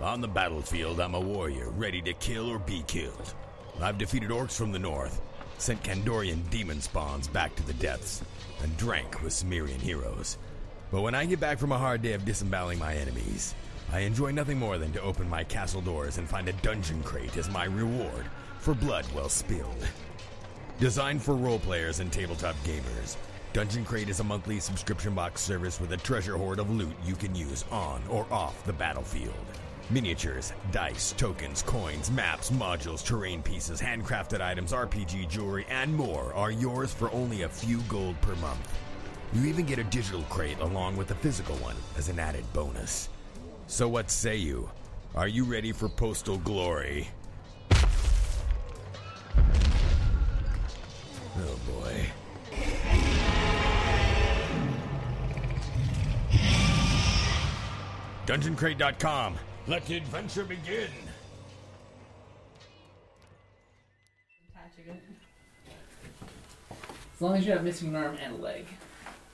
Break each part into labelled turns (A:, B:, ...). A: On the battlefield, I'm a warrior, ready to kill or be killed. I've defeated orcs from the north, sent Kandorian demon spawns back to the depths, and drank with Sumerian heroes. But when I get back from a hard day of disemboweling my enemies, I enjoy nothing more than to open my castle doors and find a dungeon crate as my reward for blood well spilled. Designed for role players and tabletop gamers, Dungeon Crate is a monthly subscription box service with a treasure hoard of loot you can use on or off the battlefield. Miniatures, dice, tokens, coins, maps, modules, terrain pieces, handcrafted items, RPG jewelry, and more are yours for only a few gold per month. You even get a digital crate along with a physical one as an added bonus. So, what say you? Are you ready for postal glory? Oh boy. DungeonCrate.com. Let the adventure begin.
B: Attaching it.
C: As long as you're not missing an arm and a leg.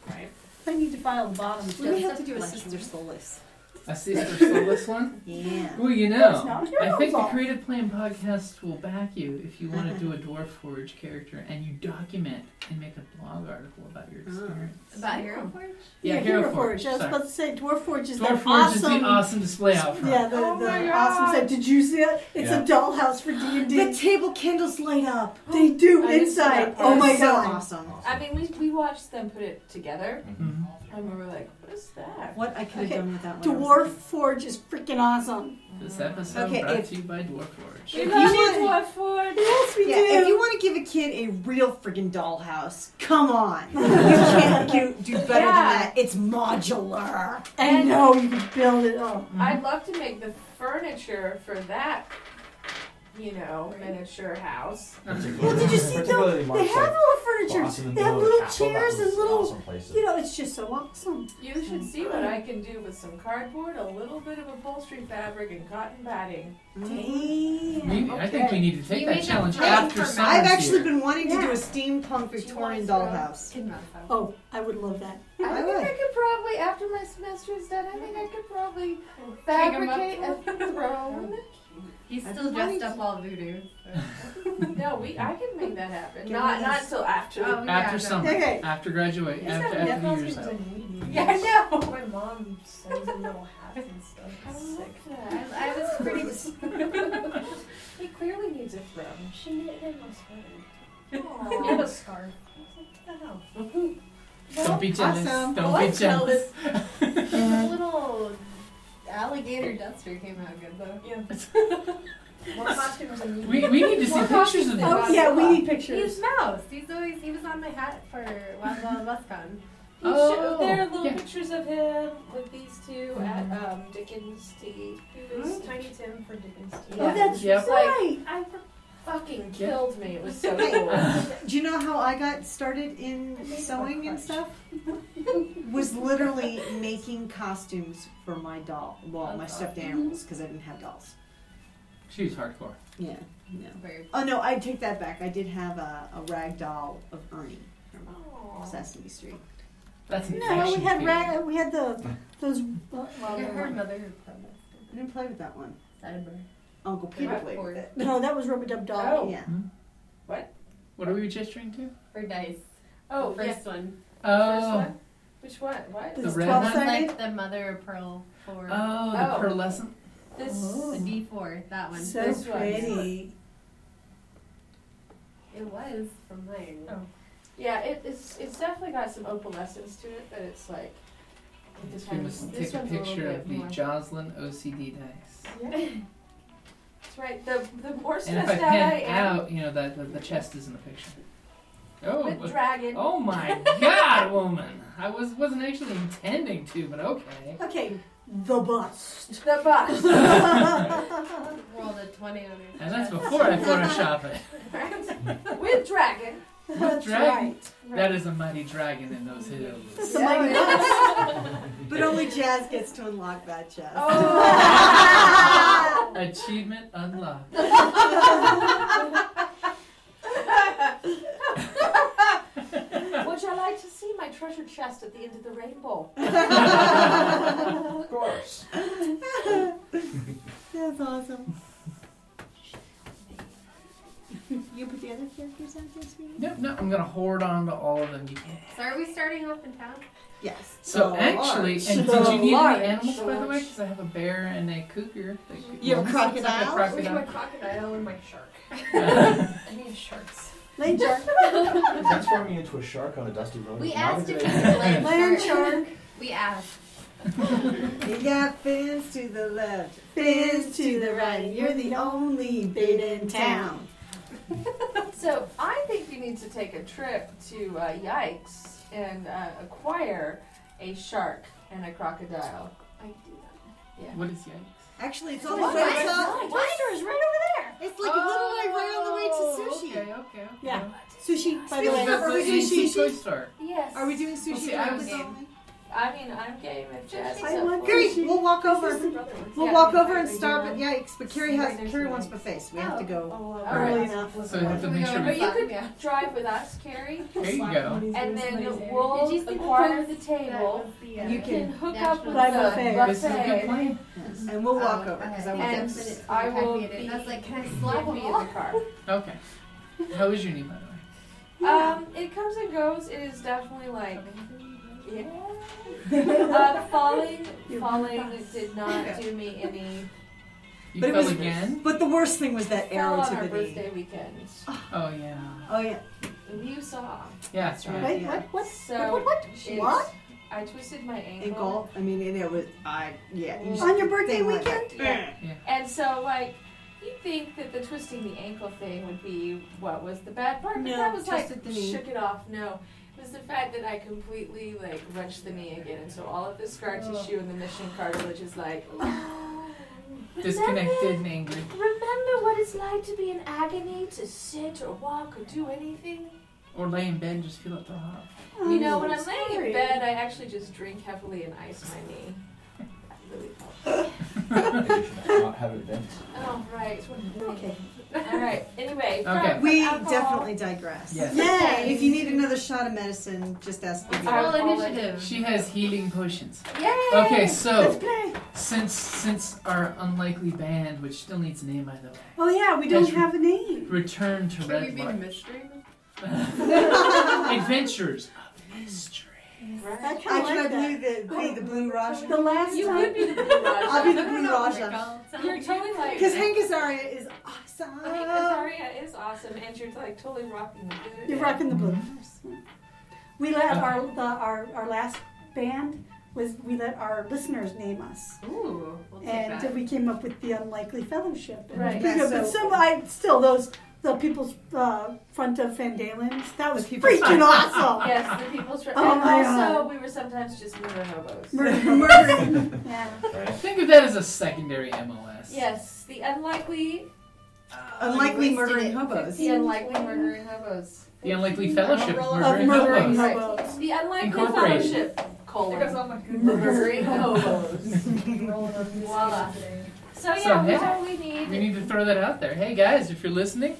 B: Right.
D: I need to file the bottom.
E: We may have to do a sister solace.
C: I see still this one.
E: Yeah.
C: Well, you know,
D: It's not your
C: I think the
D: fault.
C: Creative Plan podcast will back you if you want to do a Dwarf Forge character and you document and make a blog article about
E: Ah.
C: your experience.
E: About Hero Forge?
D: Yeah, Hero, Forge. I was
C: sorry.
D: about to say Dwarf Forge is
C: Dwarf
D: that
C: Forge is
D: awesome.
C: the awesome display out front.
D: Yeah, the,
B: Oh my
D: the
B: God.
D: awesome set. Did you see it? It's
C: Yeah.
D: a dollhouse for D and
E: The
D: D.
E: table candles light up.
D: They do
B: I didn't see
D: inside.
B: that part.
D: Oh my
E: so
D: god!
E: Awesome.
B: I mean, we, we watched them put it together,
C: Mhm.
D: Mm-hmm.
B: and we were like, "What is that?"
E: What I could have
D: Okay.
E: done with that one.
D: Dwarf Forge is freaking awesome.
C: This episode
E: Okay,
C: brought
E: if-
C: to you by Dwarf Forge.
B: We
E: If
B: love
E: you
B: you, Dwarf Forge.
D: Yes, we
E: Yeah,
D: do.
E: if you want to give a kid a real friggin' dollhouse, come on. You can't do, do better
B: Yeah.
E: than that. It's modular.
D: I know you can build it up.
B: I'd love to make the furniture for that, you know, miniature house.
D: Well, did you see though?
F: Particularly
D: They
F: Mark's
D: have
F: like
D: little furniture.
F: Boston
D: They have
F: Miller
D: little
F: Castle, that
D: chairs
F: was
D: and little.
F: awesome places.
D: You know, it's just so awesome.
B: You
D: Mm-hmm.
B: should see what I can do with some cardboard, a little bit of upholstery fabric, and cotton batting.
D: Damn.
C: We, I think we need to take
G: You
C: that
G: made a
C: challenge
G: plan
C: after
G: for
C: summer.
E: I've actually been wanting to
D: Yeah.
E: do a steampunk Victorian dollhouse.
D: Oh, I would love that.
G: I
E: I
G: think I
E: would.
G: could probably, after my semester is done, I think I could probably
B: Take 'em up.
G: fabricate a throne.
E: He's still dressed up all.
B: No, we I can make that happen.
E: Give
B: not
E: me
B: not
E: this.
B: till after.
G: Oh, yeah.
C: After summer.
E: Okay.
C: After graduate. After,
D: that
C: after the year's out.
B: yeah, I know.
G: My mom sews little hats and stuff.
B: Sick.
G: I, I was pretty.
B: He clearly needs a throne.
G: She knit him a sweater.
B: Aw.
G: And a scarf. I was like, "Oh."
C: Don't be jealous.
E: Awesome.
C: Don't
G: Oh, I'm
C: be jealous.
G: The little alligator duster came out good though. More costumes than you.
C: we, we need to see
G: More
C: pictures of
G: costumes
C: this.
G: than
D: Oh yeah, we need pictures.
G: He's mouse. He's always he was on my hat for Wild Wild West Con.
B: He
C: Oh,
B: showed- there are little
C: yeah. Mm-hmm.
B: pictures of him with these 2 at um, Dickens Tea. He was
G: Tiny Tim for Dickens.
B: Yeah.
D: Oh, that's
C: Yep.
D: right.
B: I f- fucking killed me. It was so
E: Hey.
B: cool.
E: Do you know how I got started in sewing and stuff? Was literally making costumes for my doll, well, my stuffed animals, because I didn't have dolls.
C: She was hardcore.
E: Yeah, no. Oh no, I take that back. I did have a, a rag doll of Ernie from
C: Oh.
E: Sesame Street.
C: That's an
D: No,
C: action
D: we had
C: figure.
D: rag, we had the those. uh, Well,
G: Her
D: well,
G: mother
E: I didn't play with that one.
G: Edinburgh.
E: Uncle Peter
B: Right
E: played with it.
D: no, that was Rubber Dub Dog.
B: Oh,
E: Yeah.
C: What are we gesturing to?
G: Her dice.
B: oh,
G: the
B: yeah.
G: first one.
B: First
C: Oh.
B: one? Which one? What?
D: This
C: The
D: is
C: red
D: twelve
C: one?
D: sided.
G: Like the mother of pearl for
F: Uh,
C: Oh, the
B: Oh.
C: pearlescent.
B: This.
G: the
C: Oh.
G: D4, that one.
D: So
B: This one.
D: pretty.
G: it was from mine.
B: Oh. Yeah, it, it's it's definitely got some opalescence to it, but it's like. it
C: Just we
B: depends.
C: must
B: This
C: take a
B: one's little
C: picture
B: bit
C: of the
B: more-
C: Joslin OCD dice.
B: Yeah. That's right. The the more
C: And if
B: stressed
C: I
B: out I
C: pan
B: am,
C: out, you know, that the, the chest is in the picture.
F: Oh,
B: With
F: but-
B: dragon.
F: oh my God, woman! I was wasn't actually intending to, but okay.
D: Okay, the bust.
B: The bus.
G: Rolled a 20 on it.
F: And that's before I Photoshop it.
B: right? With dragon.
D: That's
F: dragon?
D: right.
F: That is a mighty dragon in those hills.
D: That's a mighty bust.
E: But only Jazz gets to unlock that chest.
B: Oh.
F: Achievement unlocked.
B: Would you like to see my treasure chest at the end of the rainbow?
H: Of course.
E: That's awesome. you put the other characters out this week?
F: Nope, no, I'm gonna hoard on to all of them. You can't.
G: So are we starting off in town?
E: Yes.
F: So
E: Oh,
F: actually,
E: large.
F: and
D: So
F: did you need
D: large.
F: any animals by the way? Because I have a bear and a cougar. that could-
E: You have a
F: Looks like
E: crocodile?
F: a
H: Where's my
F: crocodile.
H: crocodile and my shark? I need sharks.
D: Lane shark.
H: Transforming into a shark on a dusty road.
G: We
H: Not
G: asked
H: a
G: if
H: good
G: you
H: idea.
G: could land
D: Iron
G: shark.
D: shark.
G: We asked.
E: You got fins to the left, fins to the right. You're the only beta in town.
B: So I think you need to take a trip to uh, Yikes and uh, acquire a shark and a crocodile.
G: I do that.
F: What is yikes?
E: Actually, it's
D: What?
E: almost like it's, all-
D: What?
G: is right over
E: it's like literally right on the way to sushi.
F: Oh, Okay, okay. okay.
D: Yeah. Sushi, by the
E: Speaking
D: way.
E: of Are we doing
F: sushi?
E: sushi?
F: Toy Store.
B: Yes.
E: Are we doing sushi?
F: see,
E: with
F: I was-
E: this on?
B: I mean, I'm game if Jazz.
D: I want
E: Carrie, we'll walk over.
H: Brother, what's-
E: We'll
B: Yeah,
E: walk
B: yeah,
E: over and
B: yeah,
E: stop
B: yeah.
E: at Yikes, but Carrie has
B: There's
E: Carrie
B: no
E: wants
B: way.
E: buffets. We have to go.
D: Oh,
B: All
D: early
B: right.
D: enough.
F: So I have to
G: there.
F: make
G: So we
F: sure.
G: go
B: But
F: we-
B: you
G: to
B: could
G: the- yeah.
B: drive with us, Carrie,
F: There you go.
B: and then
G: Did you
B: we'll
G: see the
B: acquire the
G: photos? That
B: table.
G: was the, uh,
E: You
B: You can hook up with
D: By
B: the
D: buffet.
F: This is a good
B: buffet,
F: plan.
E: And we'll walk
G: Oh,
E: over because
G: okay.
E: I want
B: And
E: dips.
G: it's
B: I
G: packed
B: will
G: me in it.
B: be-
G: And I was like, can I
B: Slap
G: slap
B: me in the car.
F: Okay. How was your new, by the way?
B: Um, it comes and goes. It is definitely like, yeah. uh, falling, falling did not do me any.
F: You
E: But it
F: fell
E: was-
F: again?
E: But the worst thing was that
B: Fell
E: arrow
B: on
E: to
B: our
E: the knee.
B: birthday weekend.
F: Oh yeah.
E: Oh yeah.
B: You saw.
F: Yeah, that's right.
D: Wait,
E: Yeah.
D: what? What?
B: So
D: What? What?
B: it-
D: What?
B: I twisted my ankle.
E: Ankle. I mean, and it was. I yeah. you
D: On your
E: just-
D: birthday
E: thing like that.
D: weekend?
B: Yeah. And so like. You think that the twisting the ankle thing would be what was the bad part?
E: No,
B: but that was like
E: twisted the knee.
B: shook it off. No, it was the fact that I completely like wrenched the knee again, and so all of the scar tissue and the mission cartilage is like
F: Disconnected and angry.
B: Remember what it's like to be in agony, to sit or walk or do anything?
F: Or lay in bed and just feel it throw up.
B: you know, when I'm laying
D: sorry.
B: in bed, I actually just drink heavily and ice my knee. That really helps.
H: Maybe you should Not have it events.
B: Oh, right.
D: Okay.
B: All right. Anyway, from-
F: Okay.
B: from
E: We
B: alcohol-
E: definitely digress.
F: Yes.
E: Yay! If you need another shot of medicine, just ask.
G: Let's
E: Vivian.
B: Alright.
G: roll initiative.
F: She has healing potions.
G: Yay!
F: Okay, so
D: play.
F: since since our unlikely band, which still needs a name by the way,
D: Oh yeah, we don't
F: Yes, we-
D: have a name.
F: return to
G: Should we
F: Red
G: be mystery?
F: Adventures of Mystery.
B: Right.
E: I
D: That kind
E: can I
D: of like
E: blue
D: that.
E: the
B: Oh.
E: be the blue Raja?
D: The last
B: You
D: time.
B: would be the blue
E: I'll be
B: Raja.
E: the blue
B: Oh
E: Raja.
B: You're totally like.
E: Because Hank Azaria is awesome.
B: I think Azaria is awesome, and you're like totally rocking the boot.
D: You're rocking the blue. We let
F: Uh-huh.
D: our, the, our our last band was we let our listeners name us,
G: Ooh, we'll take
D: and
G: that.
D: we came up with the unlikely fellowship. And
B: Right.
D: we go- but
E: So-
D: some I still those the people's uh, front of Van Dalen's that was
E: People's
D: freaking awesome.
B: Yes, the people's. Re-
D: Oh
B: and
D: my
B: also, we were sometimes just murder hobos.
D: Murder, murder. yeah.
F: Think of that as a secondary MOS.
B: Yes, the unlikely
E: Unlikely
G: wasted
E: murdering
G: it.
E: hobos.
B: The unlikely murdering hobos.
F: The unlikely fellowship of
G: Of
D: Of
F: murdering
D: murdering
F: hobos.
D: hobos.
B: The unlikely
F: Incorporated.
B: fellowship. Colon.
G: my good
B: Murdering hobos.
G: Voila.
B: So
F: So,
B: yeah, we
F: yeah.
B: totally need.
F: We need to throw that out there. Hey guys, if you're listening,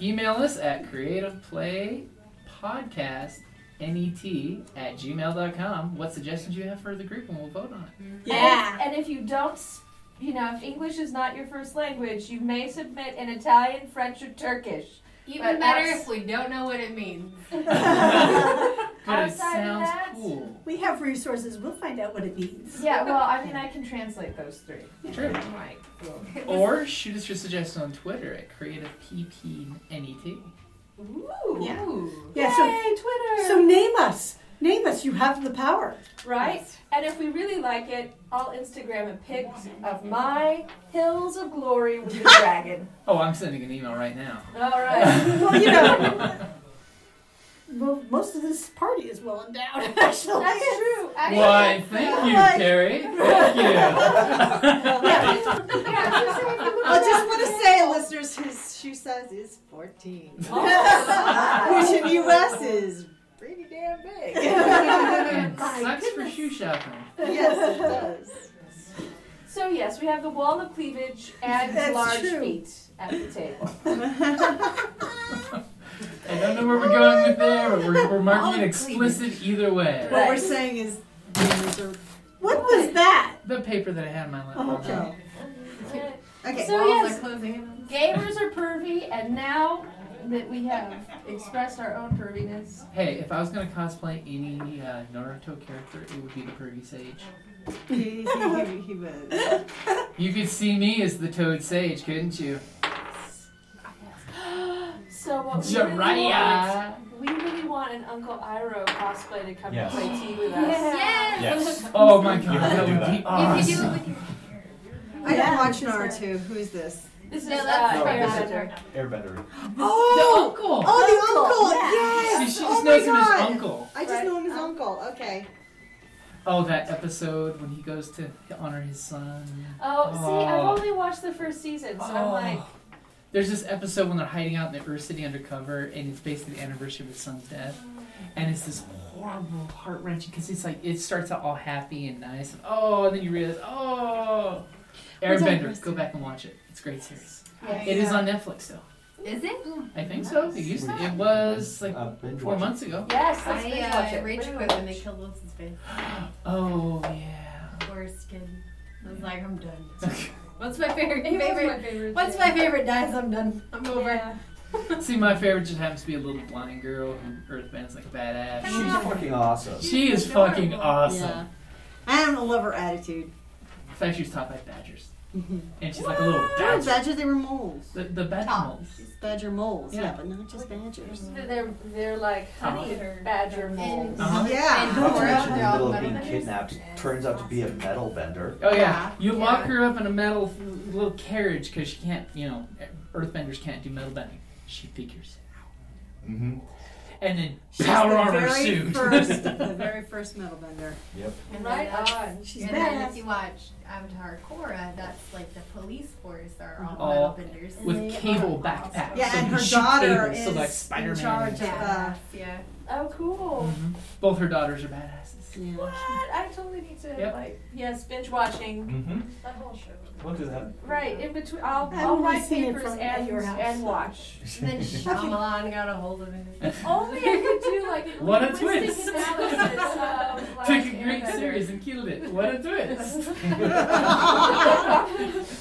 F: email us at creativeplaypodcastnet E at gmail.com. What suggestions you have for the group, and we'll vote on it.
D: Yeah.
B: And, if- and if you don't, s- you know, if English is not your first language, you may submit in Italian, French, or Turkish.
G: Even
B: But
G: better
B: us-
G: if we don't know what it means.
F: But it
B: Outside of
F: sounds
B: that-
F: cool.
D: We have resources. We'll find out what it means.
B: Yeah. Well, I mean, I can translate those three.
F: Sure.
B: Right.
F: Or shoot us your suggestion on Twitter at creativeppnet.
B: Ooh.
D: Yeah.
B: Ooh.
D: Yeah, so-
B: Yay, Twitter.
D: So name us. Name us. You have the power.
B: right? And if we really like it, I'll Instagram a pic of my hills of glory with the dragon.
F: Oh, I'm sending an email right now.
B: All right.
D: Well, you know, well endowed, actually.
B: That's true. Actually,
F: Why, thank you,
D: Like-
F: Carrie. Thank you.
B: yeah, I was gonna say, if you
E: I just want to say, listeners, his shoe size is 14. Which in the US is pretty damn big.
F: And
D: My
F: sucks for shoe shopping.
E: yes, it does.
B: So yes, we have the wall of cleavage and
E: That's
B: large
E: true.
B: feet at the table.
F: I don't know where we're going with there, but we're, we're marking it explicit either way.
E: What we're saying is, these are-
D: What was that?
F: The paper that I had in my lap.
E: okay. Okay.
B: So
H: Walls are
B: yes,
H: closing in on
B: gamers are pervy, and now that we have expressed our own perviness,
F: Hey, if I was gonna cosplay any uh, Naruto character, it would be the Pervy Sage.
E: he, he, he, he was.
F: You could see me as the Toad Sage, couldn't you?
B: so what we really want,
F: Jiraiya!
B: we really want an Uncle Iro cosplay to come
I: Yes.
B: and play tea with us.
H: Yes.
I: Yes.
F: Oh my god,
I: You
F: that
I: could do
F: would be
I: that.
H: You could do it
F: awesome.
H: with your
E: I don't watch Naruto. Who is this?
B: This is
H: No,
B: uh,
H: that's
I: No,
H: from
I: this
B: Fire
I: is-
B: Center.
I: Airbender.
E: Oh,
F: The uncle!
E: oh, the uncle.
D: Uncle, yeah.
F: See,
E: Yes.
F: she
E: oh
F: just
E: my
F: knows him
E: god.
F: as uncle.
E: I just
B: Right.
E: know him as uncle. Okay.
F: Oh, that episode when he goes to, to honor his son.
B: Oh, see, I've
F: Oh.
B: only watched the first season, so I'm
F: Oh.
B: like,
F: There's this episode when they're hiding out in the Ur City undercover, and it's basically the anniversary of his son's death. And it's this horrible, heart wrenching because it's like it starts out all happy and nice, and oh, and then you realize, oh,
E: Was that
F: Airbender.
E: Ur
F: Go back and watch it. It's a great series.
B: yes.
F: It is on Netflix though.
H: Is it?
F: I think so. It used to. It was like
I: Uh, binge
F: four
I: watching.
F: months ago.
B: Yes, let's
H: I
B: binge watch
H: uh,
B: it.
H: rage
B: Binge
H: quit when they
B: watch.
H: killed Wilson's face.
F: Oh yeah.
H: Worst kid. I was like, I'm done. What's my favorite?
B: He was my
H: favorite?
B: favorite.
H: What's my favorite dies? I'm done. I'm over.
B: Yeah.
F: See, my favorite just happens to be a little blonde girl who Earthband's like badass.
I: She's fucking awesome.
F: She, she is
H: adorable.
F: fucking awesome.
E: Yeah. I don't love her attitude.
F: In fact, she was taught by badgers, and she's like a little
E: They were
F: badger.
E: Mm-hmm. badger. They were moles.
F: The, the badger moles.
E: Badger moles. Yeah,
F: Yeah.
E: but not just badgers.
B: They're they're like honey badger moles.
H: And-
F: Uh-huh.
H: And
E: Yeah.
I: Not to
H: Dora,
I: mention in
H: they're
I: the
H: all
I: middle of
H: metal
I: being
H: benders.
I: kidnapped, turns out to be a metal bender.
F: Oh yeah.
E: Yeah.
F: You
H: Yeah.
F: lock her up in a metal little carriage because she can't, you know, earthbenders can't do metal bending. She figures it
I: Mm-hmm.
F: out. And then
E: She's
F: power
E: the
F: armor
E: very
F: suit.
E: First, the very first metal bender.
I: Yep.
H: And then,
B: Right
H: uh,
B: on.
E: She's
H: and then if
E: badass.
H: you watch Avatar Korra, that's like the police force are all
F: All
H: metalbenders.
F: with cable backpacks.
E: Yeah,
F: so
E: and
F: you
E: her
F: shoot
E: daughter
F: cables, so
E: is
F: like
E: in
F: Spider-Man.
E: charge of. Uh,
H: Yeah, yeah.
B: Oh, cool.
F: Mhm. Both her daughters are badasses.
E: yeah.
B: What? I totally need to
F: Yep.
B: like yes, binge watching
I: Mm-hmm.
B: that whole show.
I: What is that?
B: Right in between, I'll,
D: I've
B: I'll
D: only
B: write
D: seen it
B: papers
D: from- at
B: and
D: your house.
B: and watch.
H: And then Shyamalan got a hold of it.
B: Only I could do like a
F: What a
B: linguistic
F: twist.
B: analysis of, like,
F: Took a great
B: Airbender.
F: series and killed it. What a twist!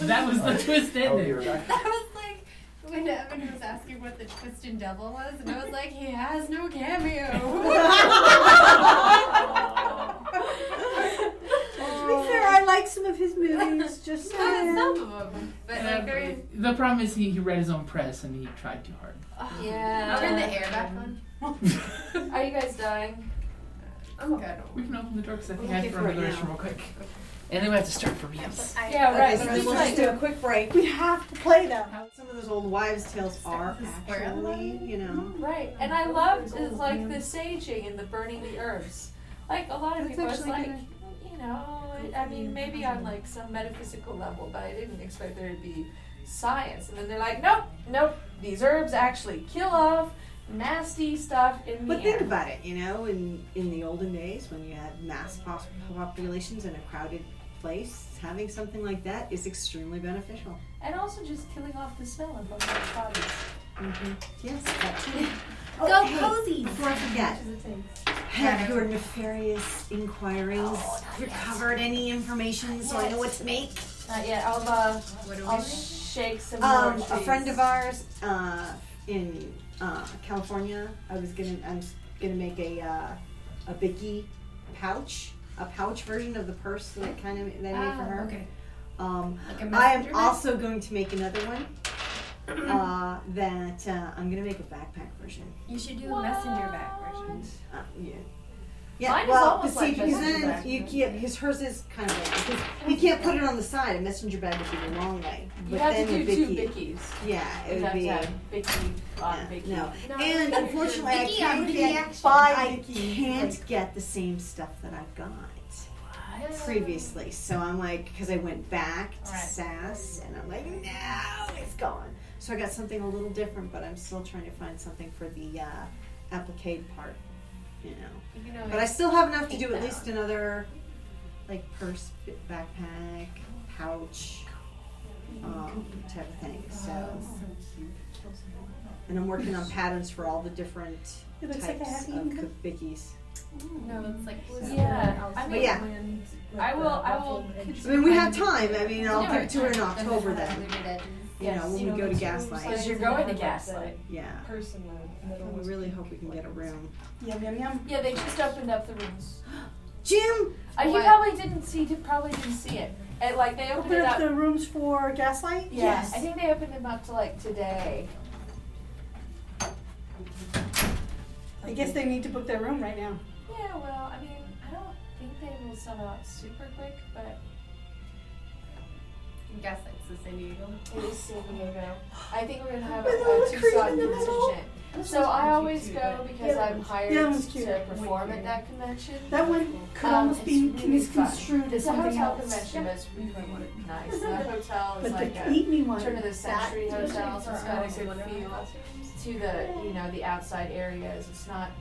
F: that was the twist
I: Oh, you're
F: ending.
I: back.
H: That was like when Evan was asking what the twist and devil was, and I was like, he has no cameo.
D: To
B: Oh.
D: be fair, I like some of his movies. Just saying.
H: Some of them, but like they're in.
F: Um, the problem is he, he read his own press and he tried too hard.
B: Yeah.
H: Turn the air back on.
B: Are you guys dying?
H: I'm good.
F: We can open the door because I think
H: We'll
F: I
H: do
F: have to
H: it
F: run to the
H: right
F: restroom real quick. And then we have to start from yes.
B: Yeah, right.
E: so
B: Let's
E: we'll
B: like-
E: just do a quick break.
D: We have to play them.
E: Some of those old wives' tales are actually, you know.
B: Right, and I loved is like the saging and the burning the herbs. Like a lot of
E: That's
B: people, it's
E: actually
B: like you know, I mean, maybe on like some metaphysical level, but I didn't expect there to be science. And then they're like, nope, nope, these herbs actually kill off nasty stuff in the
E: But think
B: air.
E: about it, you know, in in the olden days when you had mass pos- populations in a crowded place, having something like that is extremely beneficial.
B: and also just killing off the smell of other bodies.
E: Yes, that's true. Oh,
H: Go
E: hey,
H: cozy.
E: Before I forget, have your nefarious inquiries recovered any information so I know what to make?
B: Not yet. I'll uh,
H: What do we
B: I'll
H: make?
B: shake some more
E: Um, a
B: trees.
E: friend of ours uh, in uh, California, I was gonna, I'm s- gonna make a uh, a biggie pouch, a pouch version of the purse that kind of that I made for her.
H: Ah, okay.
E: Um,
H: Like a
E: I
H: messenger
E: am
H: bag?
E: also going to make another one. Uh, that uh, I'm gonna make a backpack version.
H: You should do a messenger back version.
E: Uh, yeah. Yeah,
B: Mine is
E: well,
B: almost
E: but see,
B: like
E: because
B: messenger
E: then
B: bag.
E: you can't, his hers is kind of like, because you can't put it on the side. A messenger bag would be the long way. But
B: You have
E: then
B: to do
E: the
B: two
E: Vicky,
B: bickies.
E: Yeah, it
B: You
E: would
B: have
E: be.
B: to have bicky on
E: yeah,
B: bicky.
E: no. and unfortunately, I
G: Vicky, I
E: can't
G: would
E: get,
G: reaction.
E: buy, I
D: Vicky.
E: can't get the same stuff that I got previously. So I'm like, because I went back to
B: Alright.
E: SAS, and I'm like, no, it's gone. So I got something a little different, but I'm still trying to find something for the uh, applique part, you know.
H: You know,
E: But I still have enough to do at
H: Takedown.
E: least another, like purse, b- backpack, pouch, um, type of thing. So, and I'm working on patterns for all the different
D: It
E: types
D: looks like a happy
E: of
D: income.
E: biggies.
H: no, it's like
B: Yeah, I mean,
E: yeah.
B: I will- I will
E: I mean, we have time. I mean, I'll
H: Yeah,
E: give it to her in
H: right.
E: October then. You know, when we go to Gaslight.
B: because you're going to Gaslight.
E: Yeah.
J: Person in the
E: I
J: middle. was
E: really hope we can get a room.
D: Yum yum yum.
B: Yeah, they just opened up the rooms.
E: Jim!
B: Uh, you
H: What?
B: probably didn't see. You probably didn't see it. And, like they opened
D: Open
B: it
D: up
B: up.
D: the rooms for Gaslight.
B: yeah, I think they opened them up to like today.
D: I guess they need to book their room right now.
B: Yeah, well, I mean, I don't think they will sell out super quick, but
H: Gaslight's the San Diego.
B: it is San Diego. I think we're gonna have
D: With
B: a,
D: all
B: a
D: the
B: two
D: cream
B: shot
D: in the middle.
B: contingent. So I always go because
D: Yeah,
B: I'm hired
D: that one's cute.
B: to perform at that convention.
D: That one could
B: Um,
D: almost
B: it's
D: be
B: really
D: misconstrued
B: fun.
D: as
B: It's a
D: something
B: hotel
D: else.
B: convention, but it's really nice. And that hotel is
D: But
B: like
D: the
B: a
D: eat me one.
B: turn of the century hotel, so it's got a good feel. to the you know the outside areas. It's not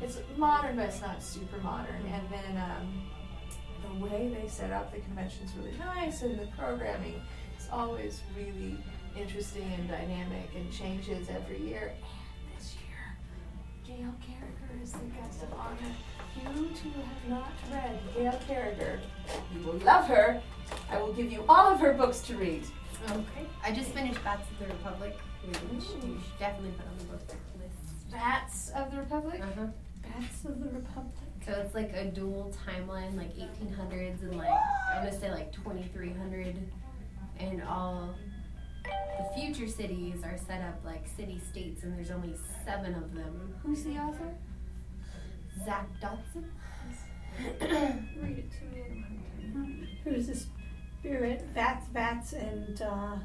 B: it's modern, but it's not super modern. And then um, the way they set up the convention's really nice, and the programming is always really interesting and dynamic, and changes every year. And this year, Gail Carriger is the guest of honor. You two have not read Gail Carriger. You will love her. I will give you all of her books to read.
H: Okay. I just finished Bats of the Republic, which you
B: Ooh.
H: should definitely put on the book list.
B: Bats of the Republic.
H: Uh-huh.
B: Bats of the Republic.
H: So it's like a dual timeline, like 1800s and like I'm gonna say like 2300, and all the future cities are set up like city states, and there's only seven of them.
B: Who's the author?
H: Zach Dotson.
B: Read it to me.
D: Who's the spirit? Bats, bats, and uh,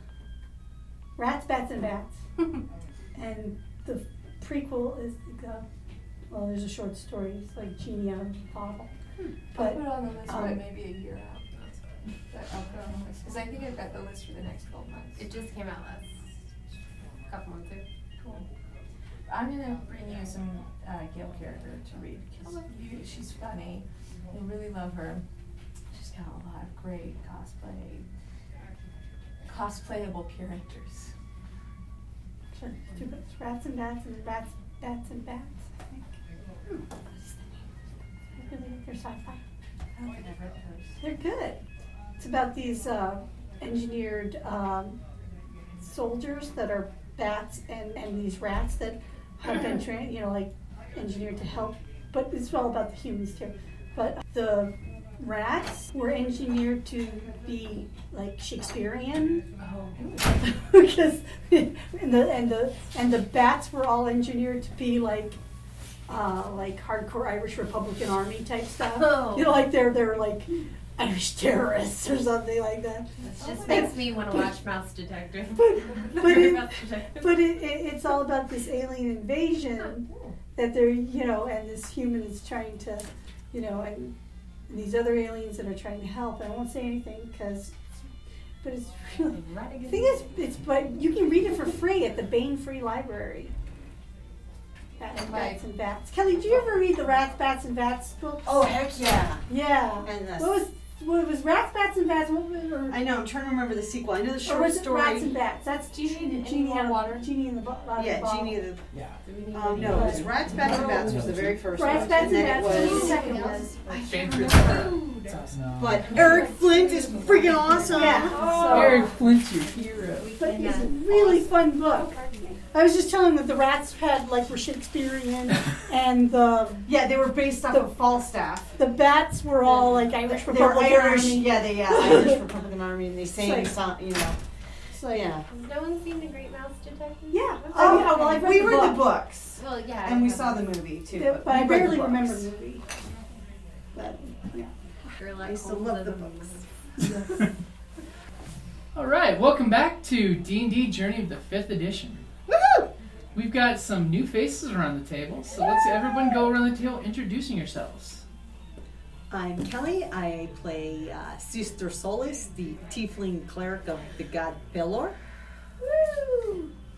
D: rats, bats, and bats. and the prequel is the uh, well, there's a short story. It's like genealogy, awful.
B: I'll
D: But
B: put it on the list for
D: um,
B: maybe a year out. But I'll put it on the list because I think I've got the list for the next twelve months.
H: It just came out last couple months ago.
B: I'm gonna bring you some uh, Gail character to read because you, she's funny. You really love her. She's got a lot of great cosplay, cosplayable characters.
D: sure, two books, rats and bats, and rats, bats, and bats. I think. I really like their sci-fi.
B: Oh, I don't think I've read those.
D: They're good. It's about these uh, engineered um, soldiers that are bats and, and these rats that have been trained, you know, like engineered to help. But it's all about the humans too. But the rats were engineered to be like Shakespearean because and the and the and the bats were all engineered to be like uh, like hardcore Irish Republican Army type stuff.
H: Oh.
D: You know, like they're they're like Irish terrorists or something like that.
H: It just makes me want to watch Mouse Detective.
D: Oh But but it,
H: Mouse Detective.
D: but it, it, it's all about this alien invasion that they're you know, and this human is trying to, you know, and, and these other aliens that are trying to help. I won't say anything because, but it's really. I think it's it's but you can read it for free at the Bain Free Library. Bats and
B: And my-
D: bats and bats. Kelly, did you ever read the Rats, Bats and Bats books?
E: heck yeah.
D: Oh, yeah.
E: And the,
D: What was what it was rats, bats, and bats? What was, or,
E: I know, I'm trying to remember the sequel. I know the
D: or
E: short
D: was it
E: story.
D: rats and bats? That's
B: Do you need any
D: genie
B: more
D: out of
B: water?
D: Genie in the bottle.
E: yeah,
D: bottle.
E: Genie of
J: Yeah.
E: the. Um, no, it was Rats, Bats, and Bats was the very first
D: Rats,
E: one.
D: bats, and
E: and then
D: bats.
E: it
D: What was the
E: was.
D: second one?
F: It's awesome.
E: But Eric Flint is freaking awesome.
D: Yeah.
F: Barry
D: So,
F: Flint's your hero.
D: but it's a really fun book. I was just telling that the rats had like were Shakespearean, and the
E: Yeah, they were based off of Falstaff.
D: the bats were all like Irish
E: They were
D: Republican
E: Irish.
D: Army.
E: Yeah, they yeah, Irish Republican Army, and they sang
D: Like-
E: song, you know.
D: So yeah.
E: yeah.
H: Has no one seen The Great Mouse Detective?
D: Yeah.
H: What's
D: Oh,
H: that?
D: yeah, well, I read
E: we
D: the
E: read
D: book.
E: the books,
H: Well, yeah.
E: and we
H: I
E: saw the
H: haven't.
E: movie too.
D: But
E: we
D: I
E: read the
D: barely
E: books.
D: remember the movie. But yeah.
H: Sherlock
E: I used to
H: Holmes
E: love
H: of
E: the
H: them.
E: books.
F: All right, welcome back to D&D Journey of the 5th Edition.
E: Woohoo!
F: We've got some new faces around the table, so let's everyone go around the table introducing yourselves.
E: I'm Kelly. I play uh, Sister Solis, the tiefling cleric of the god Pelor.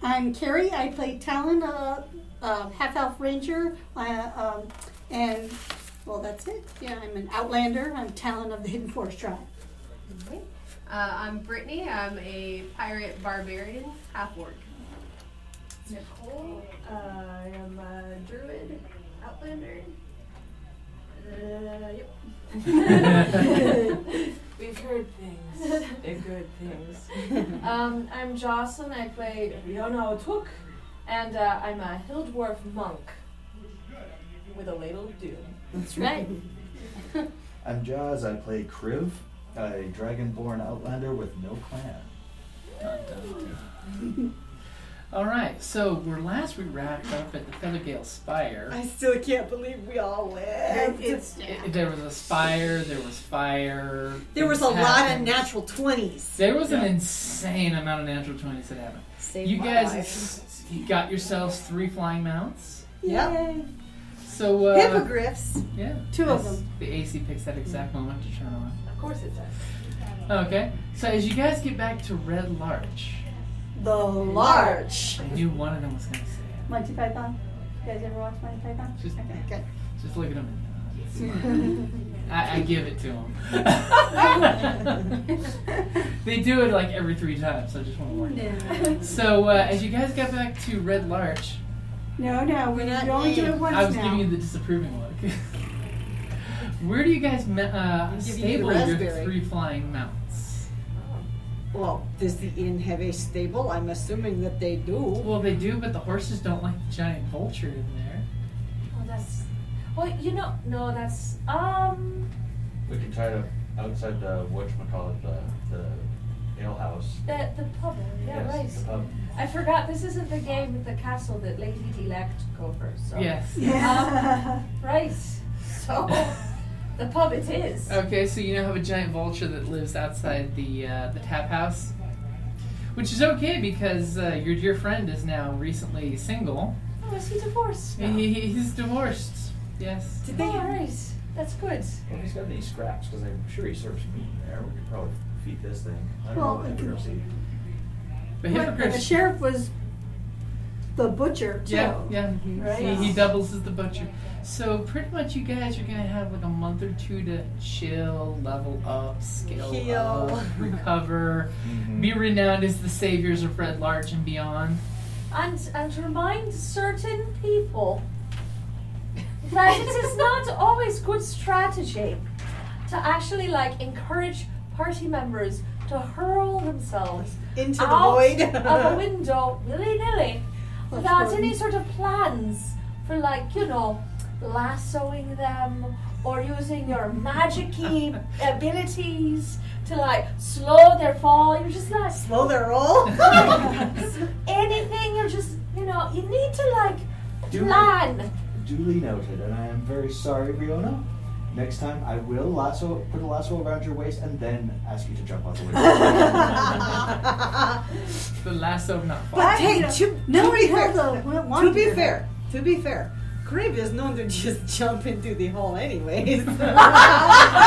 D: I'm Carrie. I play Talon, a uh, uh, half elf ranger, uh, um, and well, that's it. Yeah, I'm an outlander. I'm Talon of the Hidden Forest tribe.
H: Uh, I'm Brittany. I'm a pirate barbarian half orc.
B: Nicole. Uh, I am a druid outlander. Uh, yep. We've heard things. They're good things. Um, I'm Jocelyn. I play Riona O'Took, and uh, I'm a hill dwarf monk with a ladle of doom.
D: That's right.
I: I'm Jaws. I play Kriv, a dragonborn outlander with no clan.
F: All right, so we're last we wrapped up at the Feathergale Spire.
E: I still can't believe we all lived.
D: It's
F: It- There was a spire, there was fire.
E: there was a
F: things
E: lot of
F: happened.
E: natural 20s.
F: There was an
I: Yeah.
F: insane amount of natural 20s that happened.
E: Saved
F: you
E: my
F: guys
E: life.
F: s- you got yourselves three flying mounts.
E: Yep.
F: So, uh.
E: Hippogriffs.
F: Yeah.
D: Two of
F: that's-
D: them.
F: The AC picks that exact moment to turn on.
B: Of course it does.
F: Okay, so as you guys get back to Red Larch,
D: the large.
F: I knew one of them was going to say it.
D: Monty Python. You guys ever watch Monty Python?
F: Just,
E: Okay.
F: just look at him. I, I give it to him. they do it like every three times, so I just want to warn you. So, uh, as you guys got back to Red Larch,
D: No, no, we
E: We're not
D: you only do it
E: named.
D: once
F: I was
D: now.
F: giving you the disapproving look. Where do you guys ma- uh,
E: I'm giving you the
F: stable your
E: raspberry.
F: three flying mounts?
E: Well, does the inn have a stable? I'm assuming that they do.
F: Well, they do, but the horses don't like the giant vulture in there.
B: Oh, that's. Well, you know, no, that's um,
I: We can try to outside the whatchamacallit, the, the ale house.
B: the the pub. Yeah, right.
I: The pub.
B: I forgot this isn't the game with the castle that Lady Delect covers. So.
F: Yes.
D: Yeah.
B: Right. So the pub it is.
F: Okay, so you now have a giant vulture that lives outside the uh, the tap house, which is okay because uh, your dear friend is now recently single.
B: Oh, is he divorced? now?
F: He, he- he's divorced. Yes.
E: Did they,
B: Oh, right. That's good.
I: Well, if he's got any scraps, because I'm sure he serves meat in there. We could probably feed this thing. I don't
D: Well,
I: know
D: it
I: if
D: could-
I: it's eat.
F: But
D: But the
F: hypocrites.
D: sheriff was the butcher too.
F: Yeah, yeah.
D: Right.
F: He, he doubles as the butcher. So pretty much, you guys are gonna have like a month or two to chill, level up, scale
E: Heal.
F: up, recover, be renowned as the saviors of Red Larch and beyond.
B: And and remind certain people that it is not always good strategy to actually like encourage party members to hurl themselves
E: into the
B: out
E: void?
B: of a window willy nilly
D: That's
B: without
D: good.
B: any sort of plans for like you know lassoing them or using your magicy abilities to like slow their fall. You're just like
E: Slow their roll.
B: anything. You're just you know you need to like
I: Do-
B: plan.
I: Duly noted, and I am very sorry, Riona. Next time, I will lasso, put a lasso around your waist, and then ask you to jump out the window.
F: The lasso of not falling.
E: But hey, to,
D: No
E: to be
D: one
E: fair,
D: held a one- one
E: to be
D: here.
E: fair, to be fair, Crib is known to just jump into the hole anyways.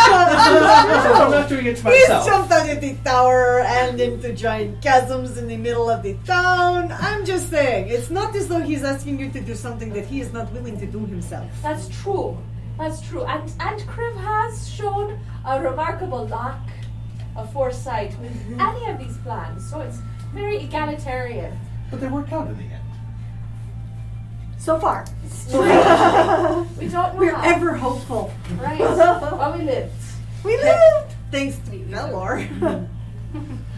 I: I'm not doing it to
E: He's
I: myself.
E: jumped out of the tower and into giant chasms in the middle of the town. I'm just saying, it's not as though he's asking you to do something that he is not willing to do himself.
B: That's true. That's true. And and Kriv has shown a remarkable lack of foresight with any of these plans. So it's very egalitarian.
I: But they work out in the end.
D: So far.
B: We don't know
D: We're
B: how.
D: ever hopeful.
B: right. Well, we lived.
E: We lived thanks to Melor.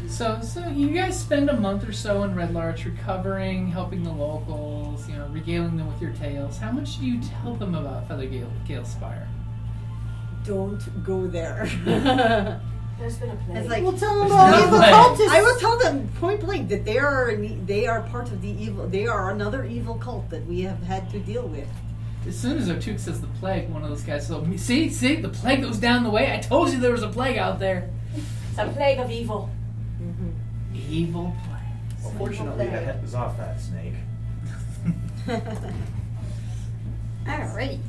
F: So, so you guys spend a month or so in Red Larch recovering, helping the locals, you know, regaling them with your tales. How much do you tell them about Feathergale Gale Spire?
E: Don't go there.
B: There's been a play.
E: It's like
D: We'll tell them
F: There's
D: all
F: no
D: evil
F: way.
D: cultists.
E: I will tell them point blank that they are an e- they are part of the evil. They are another evil cult that we have had to deal with.
F: As soon as Artuk says the plague, one of those guys says, "See, see, the plague that was down the way. I told you there was a plague out there.
B: It's a plague of evil.
F: Evil plague."
I: Well, fortunately, the head was off that snake.
G: Alrighty.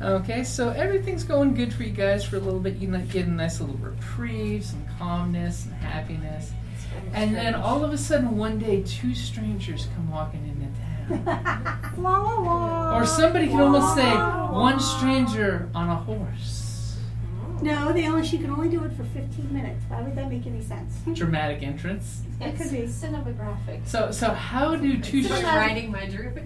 F: Okay, so everything's going good for you guys for a little bit. You like, get a nice little reprieve, some calmness, some happiness. And then all of a sudden, one day, two strangers come walking into town. or somebody can almost say, one stranger on a horse.
D: No, they only, she can only do it for 15 minutes. Why would that make any sense?
F: Dramatic entrance.
D: It could be.
B: Cinematographic.
F: So, so how do two
H: Just
F: strangers.
H: riding my druid.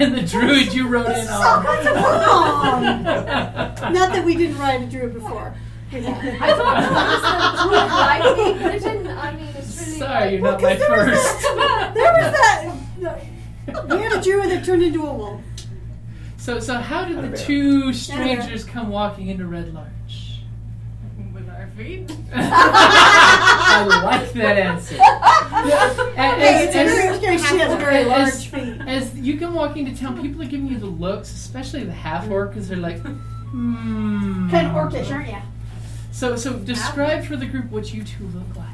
F: and the druid you rode in on.
D: What's wrong? Not that we didn't ride a druid before.
B: I thought it was just a lighting, but it didn't. I mean, it's really.
F: Sorry, you're
D: Well,
F: not my
D: 'cause there was
F: first.
D: that- There was that. We had a druid that turned into a wolf.
F: So, so how did
I: Not a
F: the
I: bear.
F: two strangers come walking into Red Larch?
G: With our feet.
F: I like that answer. And-
D: Hey,
F: as-
D: it's a very,
F: as-
D: okay, she has a very
F: as-
D: large feet.
F: As you come walking into town, people are giving you the looks, especially the half orc, because they're like, hmm.
D: Kind of orcish, aren't you?
F: So, so describe for the group what you two look like.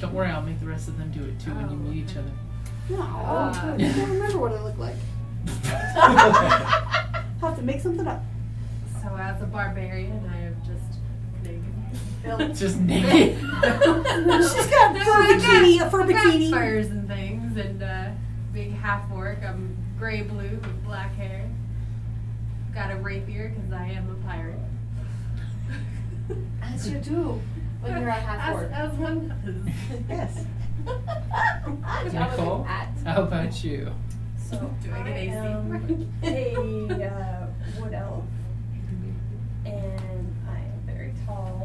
F: Don't worry, I'll make the rest of them do it too when you meet each other.
D: No, I don't remember what I look like. I'll have to make something up.
G: So as a barbarian, I am just naked.
F: Just naked.
D: She's got a fur bikini, a fur bikini.
G: Furs and things, and uh, being half orc,
H: um,
G: I'm gray blue with black hair. Got a rapier because I am a pirate.
B: As you do when you're a half
G: As,
B: orc.
G: as one does.
D: Yes.
F: Nicole, how about you?
J: So
G: Do I get
J: I
G: AC?
D: uh, um,
J: am a uh, wood elf, and I am very tall.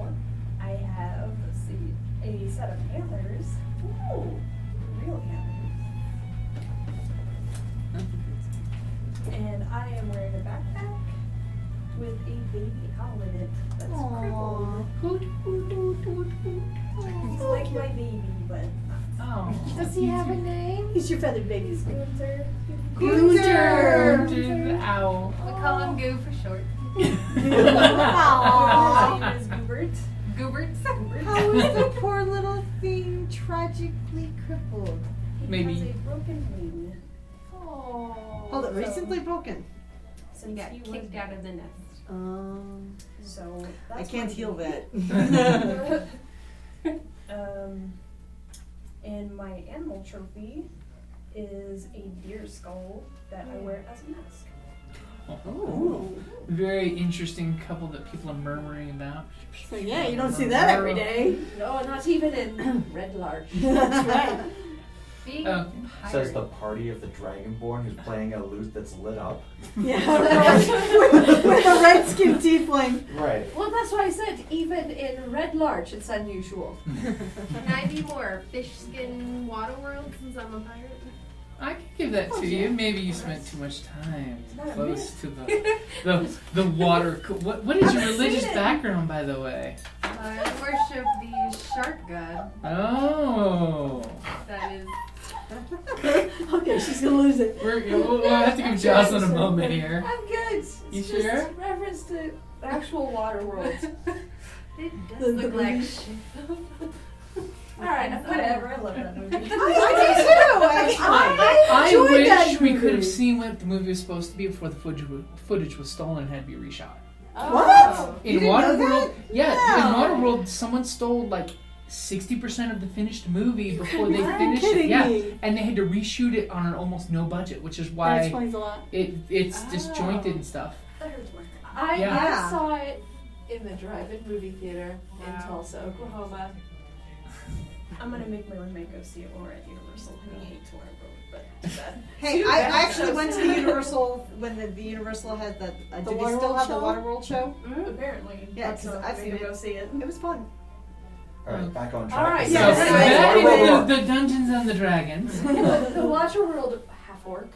J: I have let's see, a set of antlers. Ooh, real antlers. And I am wearing a backpack with a baby owl in it that's crippled.
F: Hoot, hoot, hoot, hoot, hoot.
J: He's like my baby, but
F: Oh.
J: does he have a name?
D: He's your feathered baby.
J: Gunther.
F: Gunter
D: Gunter.
F: the owl.
H: We call him Goo for short.
J: His
D: Aw.
J: name is Goobert.
H: Gooberts.
E: How is the poor little thing tragically crippled?
J: He
F: Maybe.
J: has a broken wing.
E: Hold it, recently broken.
H: He
J: Since
H: got
J: he was
H: kicked out of the nest.
E: Um,
J: So
E: I
J: that's
E: can't
J: why
E: heal
J: he-
E: that.
J: um, and my animal trophy is a deer skull that I wear as a mask.
E: Ooh.
F: Very interesting couple that people are murmuring about.
D: So yeah, you don't see that every day.
B: No, not even in Red Larch.
D: That's right.
H: Being
F: Oh.
H: pirate.
I: Says the party of the Dragonborn who's playing a lute that's lit up.
D: Yeah, with, with a red skinned tiefling.
I: Right.
B: Well, that's why I said even in Red Larch it's unusual.
H: Can I be more fish skin water world since I'm a pirate?
F: I can give that
D: Oh,
F: to you. Maybe you spent too much time close to the the, the water. co- What what is your religious background, by the way?
H: I worship the shark god
F: Oh,
H: that is
D: Okay, she's gonna lose it.
F: we're, we'll, we'll have to give Jocelyn a moment here.
B: I'm good.
F: You
B: it's
F: sure?
B: Just reference to actual water world.
H: It
D: The-
H: does
D: the
H: look like
D: movie.
H: shit.
B: All right, I'm
J: Whatever,
B: whatever.
J: I love that movie.
D: I do too. I,
F: I
D: enjoyed that
F: wish we
D: movie.
F: could have seen what the movie was supposed to be before the footage, wa- footage was stolen and had to be reshot.
D: What?
F: In
D: You didn't know
F: Waterworld, yeah, in
D: No.
F: Waterworld, someone stole like sixty percent of the finished movie before they
D: Are you
F: finished it.
D: kidding
F: Yeah,
D: me?
F: and they had to reshoot it on an almost no budget, which is
D: That
F: why
D: explains a lot.
F: it it's disjointed and stuff.
B: Oh. I,
F: Yeah.
B: I saw it in the drive-in movie theater in Tulsa, Oklahoma.
J: I'm gonna make my roommate go see it while we're at Universal. I hate to wear a robe, but too bad.
E: Hey, I actually went to the Universal when the, the Universal had that. Uh,
D: The
E: do they still
D: Waterworld
E: have the
D: show?
E: Waterworld show?
B: Mm.
J: Apparently,
E: Yeah,
J: that's
E: 'cause
J: what
E: I've
J: made
E: seen
J: me
E: it.
J: go see it.
E: It was fun.
I: All right, back on track.
B: All right,
I: This
F: So
B: yeah,
I: is-
B: right,
F: that
I: Whoa, whoa, whoa.
F: is the, the Dungeons and the Dragons.
B: the water world half orc.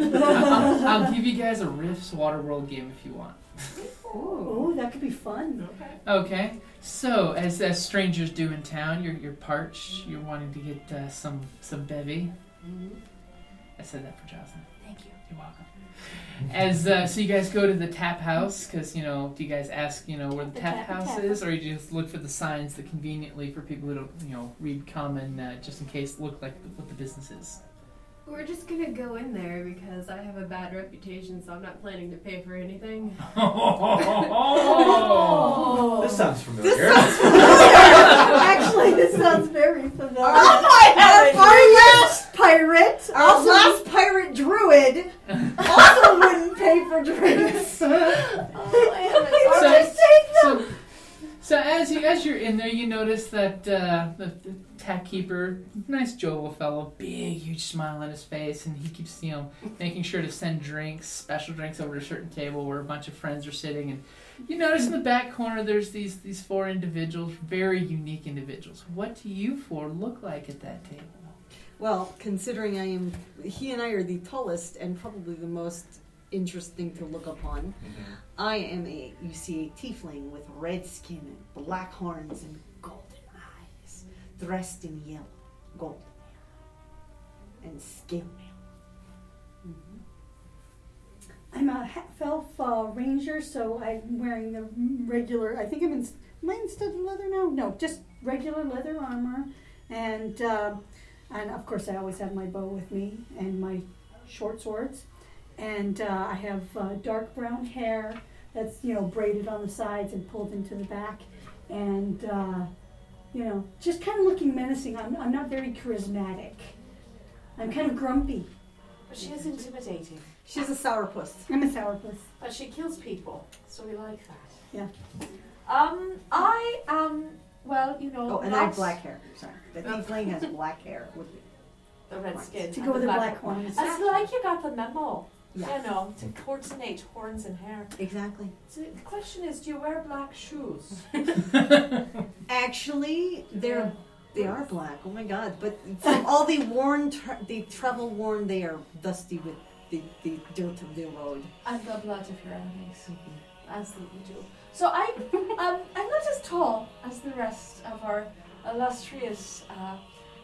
F: I'll, I'll give you guys a Riff's Waterworld game if you want.
D: Oh, that could be fun.
F: Okay, so as, as strangers do in town, you're, you're parched, you're wanting to get uh, some, some bevy. I said that for Jocelyn.
H: Thank you.
F: You're welcome. As uh, so, you guys go to the tap house because you know. Do you guys ask you know where the,
D: The
F: tap,
D: tap-
F: house
D: tap.
F: is, or you just look for the signs that conveniently for people who don't you know read common, uh, just in case, look like what the business is.
H: We're just gonna go in there because I have a bad reputation, so I'm not planning to pay for anything.
I: This sounds familiar.
D: Actually, this sounds very familiar.
E: Our
D: last pirate,
E: Our
D: also,
E: last pirate druid also wouldn't pay for drinks.
F: So-
E: just
F: so, so as you as you're in there, you notice that uh, the, the tack keeper, nice jovial fellow, big huge smile on his face, and he keeps you know making sure to send drinks, special drinks over to a certain table where a bunch of friends are sitting. And you notice in the back corner there's these these four individuals, very unique individuals. What do you four look like at that table?
E: Well, considering I am, he and I are the tallest and probably the most interesting to look upon. I am a you see a tiefling with red skin and black horns and golden eyes, dressed in yellow, gold, and skin mail.
D: I'm a half elf uh, ranger, so I'm wearing the regular. I think I'm in. Am I in studded leather now? No, just regular leather armor, and um and of course I always have my bow with me and my short swords, and uh, I have uh, dark brown hair that's you know braided on the sides and pulled into the back, and uh, you know just kind of looking menacing. I'm I'm not very charismatic. I'm kind of grumpy.
B: But she is intimidating.
E: She's a sourpuss.
D: I'm a sourpuss.
B: But she kills people, so we like that.
D: Yeah.
B: Um, I um, well, you know.
E: Oh, and I have
B: that's
E: black hair. Sorry, the tiefling has black hair. Would be-
B: The red skin.
D: To
B: and
D: go with the black
B: one.
D: ones.
B: It's like you got the memo.
E: Yes.
B: You know, to coordinate horns and hair.
E: Exactly.
B: So the question is, do you wear black shoes?
E: Actually, they're they are black. Oh my god! But from all the worn, tra- the travel worn, they are dusty with the, the dirt of the road.
B: And the blood of your enemies. Absolutely do. So I, um, I'm not as tall as the rest of our illustrious uh,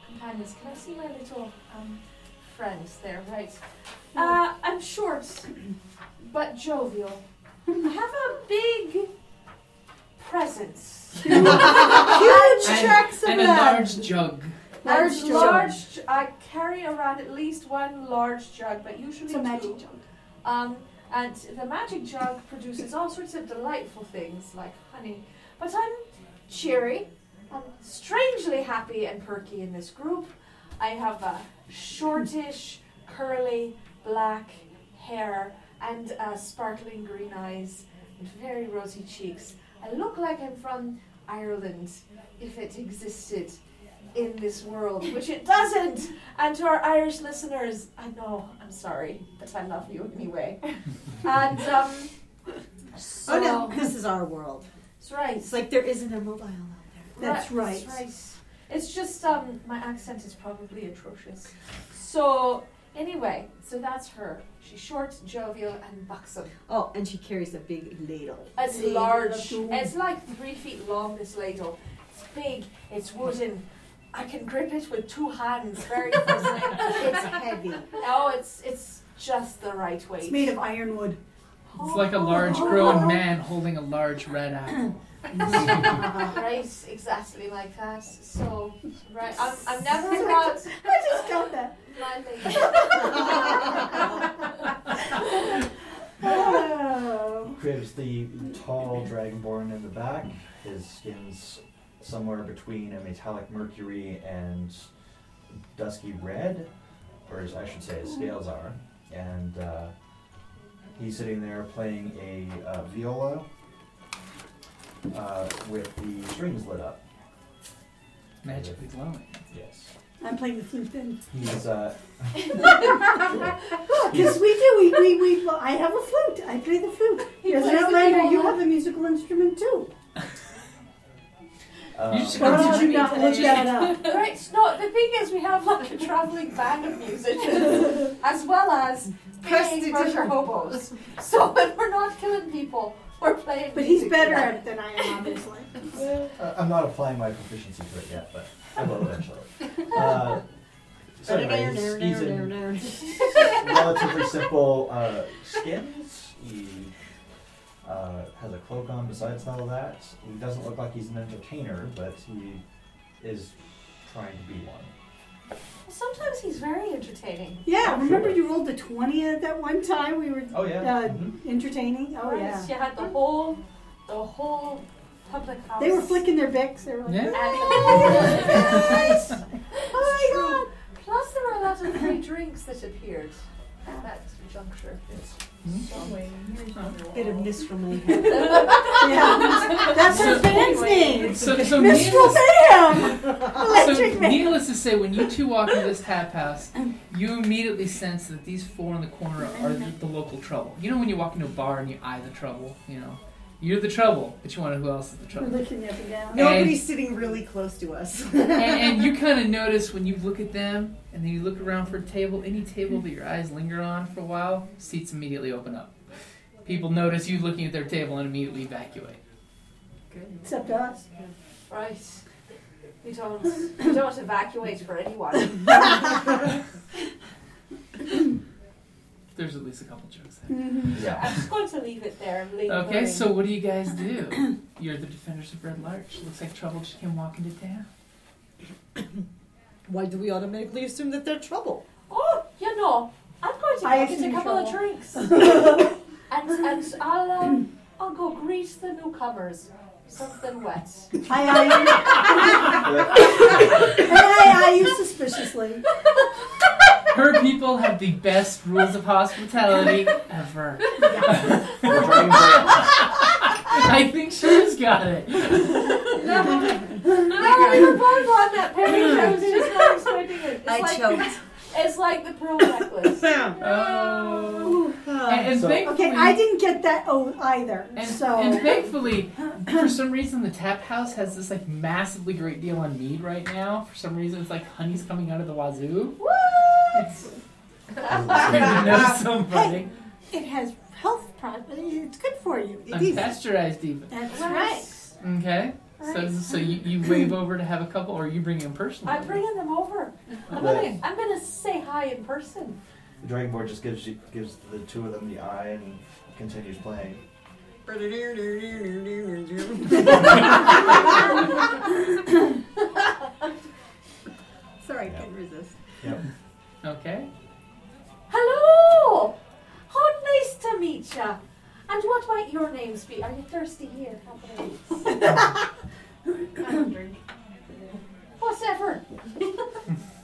B: companions. Can I see my little um, friends there? Right. Uh, I'm short, but jovial. I have a big presence.
E: Huge
F: And-
E: checks of
F: and a
E: that.
F: large jug.
B: Large,
E: Large jug.
B: large. I carry around at least one large jug, but usually
D: It's a
B: two.
D: magic jug.
B: Um, and the magic jug produces all sorts of delightful things like honey. But I'm cheery. I'm strangely happy and perky in this group. I have a shortish, curly, black hair and uh, sparkling green eyes and very rosy cheeks. I look like I'm from Ireland, if it existed in this world, which it doesn't. And to our Irish listeners, I know, I'm sorry, but I love you anyway. and, um, so,
E: Oh no, this is our world.
B: That's right.
E: It's like there isn't a mobile out there.
D: That's right.
B: That's right. It's just um, my accent is probably atrocious. So anyway, so that's her. She's short, jovial, and buxom.
E: Oh, and she carries a big ladle.
B: It's large. It's like three feet long. This ladle. It's big. It's wooden. I can grip it with two hands very easily.
E: It's heavy.
B: oh, it's it's just the right weight.
D: It's made of ironwood.
F: It's like a large grown man holding a large red apple.
B: right, exactly like that. So right, I'm, I'm never about
D: I just got that.
B: my ladle.
D: Oh.
I: Cribs, the tall dragonborn in the back, his skin's somewhere between a metallic mercury and dusky red, or as I should say, his scales are. And uh, he's sitting there playing a uh, viola uh, with the strings lit up.
F: Magically glowing.
I: Yes.
D: I'm playing the flute then.
I: He's uh,
D: Because Oh, we do. We, we, we, well, I have a flute. I play the flute. Here's an
B: plays the
D: outlander. You
B: viola.
D: have a musical instrument too.
I: um,
F: just
D: Why
F: Oh,
D: did you not look that up?
B: Right, no, the thing is, we have like a traveling band of musicians as well as big
E: Prostitutes.
B: murder hobos. So when we're not killing people, we're playing.
D: But he's
B: music
D: better
B: with
D: at it
B: them.
D: than I am, obviously.
I: I- I'm not applying my proficiency to it yet, but I will eventually. Uh, So anyway, he's, he's in relatively simple uh, skins. He uh, has a cloak on besides all that. He doesn't look like he's an entertainer, but he is trying to be one.
B: Well, sometimes he's very entertaining.
D: Yeah, remember
I: Sure.
D: you rolled a 20 at that one time? We were
I: Oh, yeah.
D: uh,
I: Mhm.
D: entertaining? Oh,
B: Right,
D: yeah.
B: You had the whole, the whole public house.
D: They were flicking their bicks. They were like,
F: Yeah.
B: At the oh my god! Plus, there were a lot of free drinks that appeared at that juncture.
E: Bit of Mistral
D: yeah. That's her
F: So-
D: band's name.
F: So, so
D: Mistral
F: needless,
D: Bam!
F: so
D: Electric Man.
F: needless to say, when you two walk into this tap house, you immediately sense that these four in the corner are the, the local trouble. You know when you walk into a bar and you eye the trouble, you know, you're the trouble, but you want to know who else is the
D: We're
F: trouble.
D: looking up and down.
E: Nobody's sitting really close to us.
F: and, and you kind of notice when you look at them and then you look around for a table, any table that your eyes linger on for a while, seats immediately open up. People notice you looking at their table and immediately evacuate.
D: Except us.
B: Right. You don't, you don't evacuate for anyone.
F: There's at least a couple jokes there.
I: Mm-hmm. Yeah.
B: I'm just going to leave it there. and leave
F: Okay,
B: Marie.
F: so what do you guys do? You're the defenders of Red Larch. Looks like trouble just came walking to town.
E: Why do we automatically assume that they're trouble?
B: Oh, you know, I'm going to
D: I
B: go get a
D: assume
B: couple of
D: trouble.
B: drinks. and and I'll, um, I'll go greet the newcomers. Something wet.
D: I eye you. And I eye you suspiciously.
F: Her people have the best rules of hospitality ever.
I: The dragon board-
F: I think she's got it.
B: No, we were both on that page. I was just not expecting it. It's like, It's like the pearl necklace.
F: Oh. And, and
I: So-
F: thankfully,
D: Okay, I didn't get that oh either.
F: and,
D: so
F: and thankfully, for some reason, the tap house has this like massively great deal on mead right now. For some reason, it's like honey's coming out of the wazoo. What? It's, you know somebody.
D: it has health problems. It's good for you.
F: Unpasteurized even.
D: That's
F: Okay. So, so you, you wave over to have a couple, or you bring in personally.
B: I'm bringing them over. I'm gonna, I'm gonna say hi in person.
I: the dragon board just gives you, gives the two of them the eye and continues playing.
E: Sorry, I couldn't resist.
I: Yep.
F: Okay.
B: Hello! How nice to meet ya. And what might your names be? Are you thirsty here? How about it? Whatever.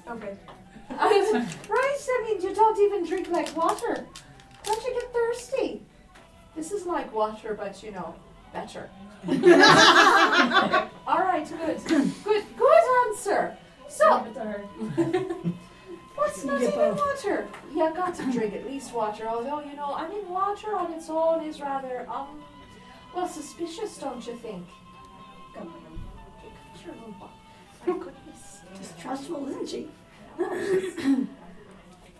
J: Okay.
B: I, right, I mean, you don't even drink like water. Don't you get thirsty? This is like water, but you know, better. All right, good. Good, good answer. So,
J: Give it to her.
B: What's not
D: get
B: even
D: both.
B: water? Yeah, got to drink at least water, although, you know, I mean, water on its own is rather, um, well, suspicious, don't you think?
J: Come on.
B: Sure, no wa- My goodness.
D: Distrustful, isn't she?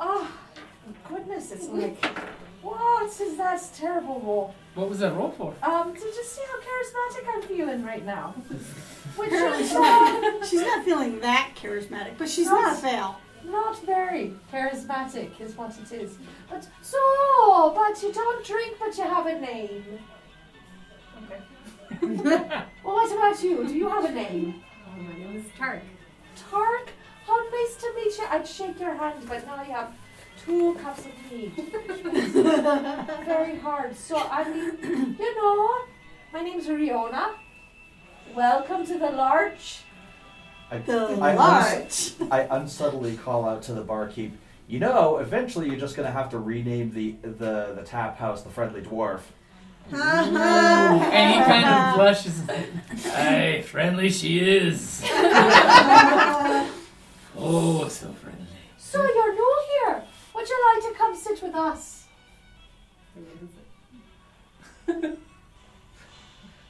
B: Ah, goodness, it's like, what is that terrible wall?
F: What was that roll for?
B: Um, to just see how charismatic I'm feeling right now. Which
D: Apparently
B: is
D: she's
B: uh,
D: not, she's not feeling that charismatic, but she's not a fail.
B: not very charismatic, is what it is. But, so, but you don't drink, but you have a name.
J: Okay.
B: Well, what about you? Do you have a name?
H: Oh, my name is Tark.
B: Tark, how nice to meet you. I'd shake your hand, but now you have two cups of tea. Very hard. So, I mean, you know, my name's Riona. Welcome to the larch.
I: I,
D: The
I: I
D: large.
I: I unsubtly call out to the barkeep. You know, eventually you're just gonna have to rename the the, the tap house the Friendly Dwarf.
F: And he kind of blushes. and says, Aye, friendly she is. oh, so friendly.
B: So, you're new here. Would you like to come sit with us?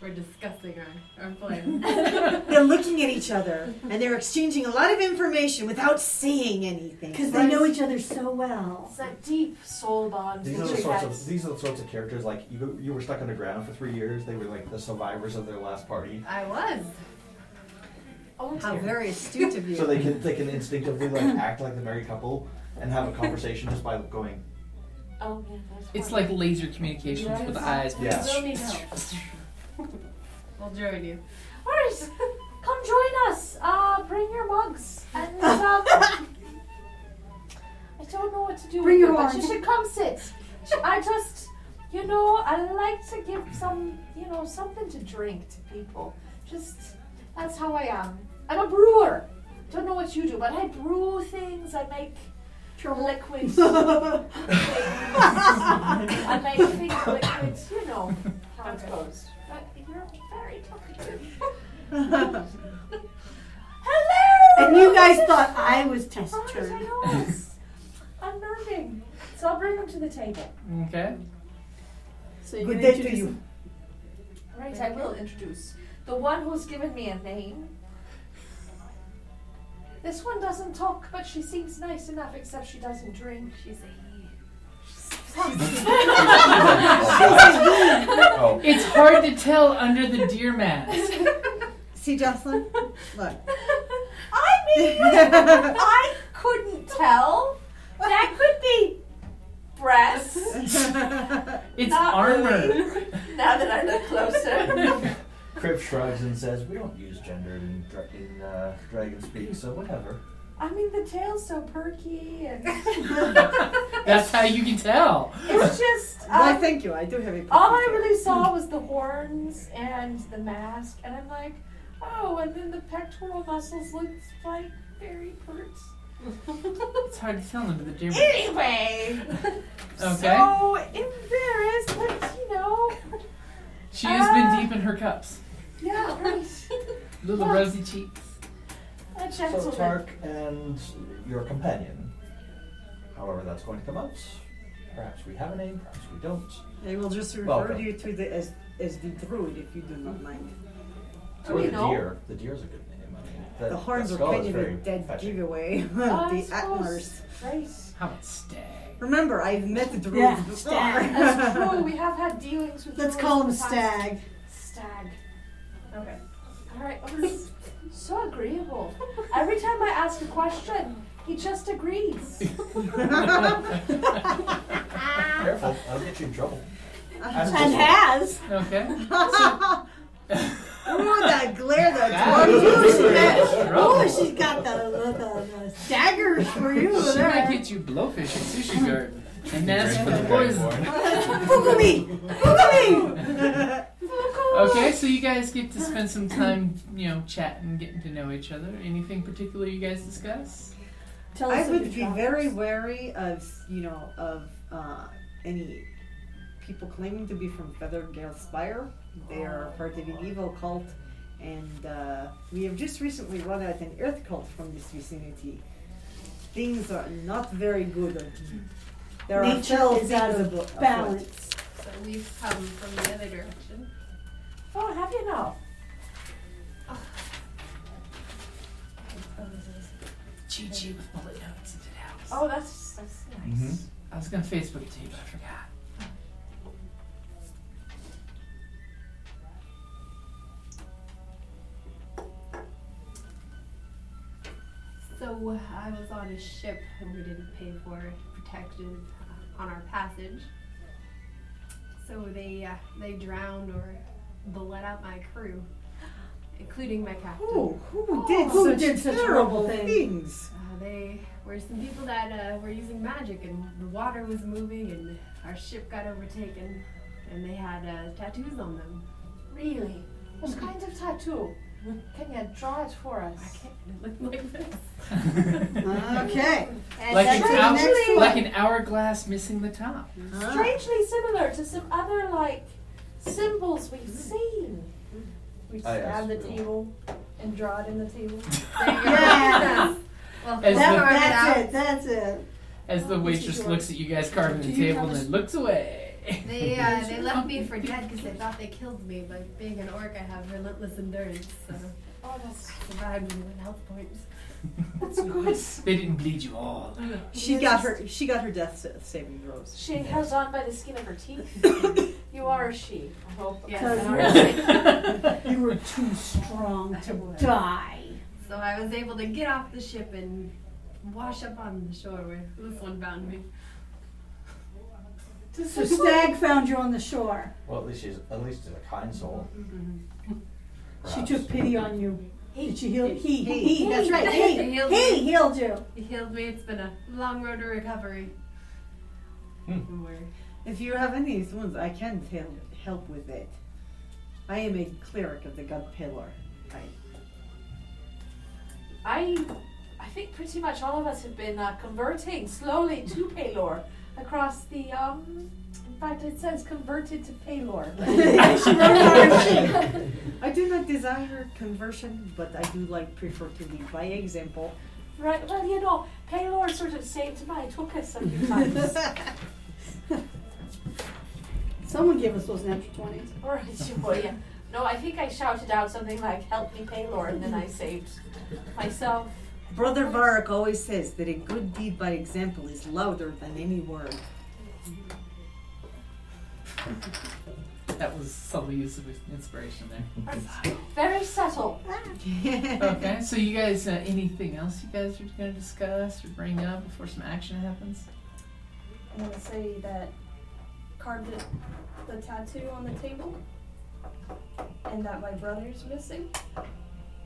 H: We're discussing our, our plan.
E: They're looking at each other and they're exchanging a lot of information without saying anything.
D: Because they know each other so well.
B: It's that deep soul bond.
I: These
B: that
I: are the
B: you
I: sorts
B: get.
I: of these are the sorts of characters like you you were stuck underground for three years. They were like the survivors of their last party.
H: I was.
B: Oh,
H: How
B: dear.
H: very astute of you.
I: So they can they can instinctively like act like the married couple and have a conversation just by going.
B: Oh, yeah, that's
F: It's
B: fine.
F: like laser communications
B: Yeah,
F: with the eyes.
B: it's-
I: Yeah.
B: We will need help.
H: We'll join you.
B: All right, come join us. Uh, bring your mugs and um, I don't know what to do.
D: Bring
B: with
D: your
B: you, but you
D: wand.
B: should come sit. I just, you know, I like to give some, you know, something to drink to people. Just that's how I am. I'm a brewer. Don't know what you do, but I brew things. I make liquids. I make things liquids. You know how it goes. But you're very talkative. Hello!
D: And you guys thought I was
B: Oh, yes,
D: taciturn.
B: I was. Unnerving. So I'll bring them to the table.
F: Okay.
D: So you're
E: Good
D: gonna
E: day to
D: introduce
E: you.
D: them.
B: Right, I will introduce the one who's given me a name. This one doesn't talk, but she seems nice enough, except she doesn't drink. She's
I: Oh,
F: It's hard to tell under the deer mask.
E: See, Jocelyn? Look.
B: I mean, I couldn't tell. That could be breasts.
F: It's
B: Not
F: armor.
B: really. Now that I look closer.
I: Crib shrugs and says, "We don't use gender in, dra- in uh, dragon speak, so whatever."
B: I mean, the tail's so perky, and
F: That's how you can tell.
B: it's just.
E: Why,
B: um,
E: thank you. I do have a
B: All I
E: puppy here.
B: really saw was the horns and the mask, and I'm like, oh, and then the pectoral muscles looked like very pert.
F: It's hard to tell under the deer mask.
B: anyway,
F: Okay.
B: so embarrassed, but you know,
F: She has been
B: Ah.
F: deep in her cups.
B: yeah, right.
F: Little
B: Ah.
F: rosy cheeks.
B: A
I: So
B: gentleman.
I: Tark and your companion, however that's going to come out. Perhaps we have a name, perhaps we don't.
E: I will just refer
I: Welcome.
E: you to the as, as the druid if you do not mind.
B: Do we
I: the
B: know?
I: deer. The deer's a good name. I mean, that,
E: The horns
I: that
E: are
I: skull
E: kind
I: is
E: of
I: very
E: a dead
I: fetching.
E: giveaway. of
B: Oh, I
E: the
B: suppose.
E: Atmars.
B: Right.
F: How about stag?
E: Remember, I've met the druids
D: Yeah,
E: before.
D: stag.
B: That's true. We have had dealings with.
D: Let's
B: those
D: call him
B: in the past.
D: Stag.
B: Stag.
J: Okay.
B: All right. Oh, he's so agreeable. Every time I ask a question, he just agrees.
I: Careful, I'll get you in trouble. As
D: And has.
F: Okay.
E: Ooh, that glare
F: That
E: that
F: is
E: dwarf
F: really
E: used to
F: strong.
D: Oh, she's got the, the, the daggers for you
F: She might
D: there.
F: get you blowfish at Sushi Garden. And that's
A: Drink
F: for
A: from
F: the
A: the
F: poison.
A: dragonborn.
E: Fugumi! Fugumi!
F: Okay, so you guys get to spend some time, you know, chatting, getting to know each other. Anything particular you guys discuss?
D: Tell us
E: I
D: of
E: would
D: your
E: be
D: travels.
E: very wary of, you know, of uh, any people claiming to be from Feathergale Spire. They are
D: Oh.
E: part of an evil cult, and uh, we have just recently run out an earth cult from this vicinity. Things are not very good. There are
D: Nature
E: fell
D: is out
E: things
D: of
E: abo- afoot.
D: balance.
G: So we've come from the other direction.
B: Oh, have you now?
G: Oh, this is
F: Cheat sheet with bullet notes into the house.
B: Oh, that's that's nice.
I: Mhm.
F: I was gonna Facebook it to you, but I forgot.
G: So I was on a ship and we didn't pay for protection uh, on our passage. So they uh, they drowned or bled out my crew, including my captain.
E: Who, who did
D: Oh, Who
E: such
D: did such
E: terrible
D: horrible things?
E: things?
G: Uh, they were some people that uh, were using magic, and the water was moving, and our ship got overtaken, and they had uh, tattoos on them.
B: Really? What kind of tattoo? Can you draw it for us?
G: I can't it looked like this.
D: Uh-huh.
E: Okay.
D: And
F: Like
D: that's
F: an,
D: the next
F: hour,
D: one.
F: like an hourglass missing the top.
D: Uh-huh.
B: Strangely similar to some other like symbols we've seen.
J: We
I: I
J: stab the
I: asked for-
J: table and draw it in the table.
B: Oh,
D: Yeah.
G: Well,
F: As
D: That-
F: the,
G: Sorted out.
D: that's it. That's it.
F: as the waitress looks at you guys carving the table and then looks away.
G: They uh, they left me for dead because they thought they killed me, but being an orc, I have relentless endurance, so
B: Oh, that's
G: I survived with one health point.
B: that's good.
F: They didn't bleed you all.
E: She got her. She got her death sa- saving throws.
B: She held on by the skin of her teeth. you are a she. I hope.
G: Yes.
B: I don't
D: You were too strong to die.
G: so I was able to get off the ship and wash up on the shore where this one found me.
D: So Stag found you on the shore.
I: Well, at least she's at least she's a kind soul.
E: Mm-hmm.
D: She
I: Perhaps.
D: took pity on you. Did she heal? He,
E: He.
D: he, that's right. He,
G: He healed
D: he
G: me.
D: healed you.
G: He healed me. It's been a long road to recovery. We're-
E: If you have any of these ones, I can help help with it. I am a cleric of the God Pillar. I,
B: I, I think pretty much all of us have been uh, converting slowly to Palor across the. Um, in fact, it says converted to Palor.
E: I do not desire conversion, but I do like prefer to lead by example.
B: right. Well, you know, Palor sort of saved my tuchus a few times.
D: Someone gave us those natural twenties.
B: All right, you boy. Yeah. No, I think I shouted out something like "Help me, Palor," and then I saved myself.
E: Brother Varric always says that a good deed by example is louder than any word.
F: That was subtle use of inspiration there.
B: Very subtle.
F: Okay, so you guys, uh, anything else you guys are going to discuss or bring up before some action happens?
J: I'm gonna say that carved it, the tattoo on the table, and that my brother's missing,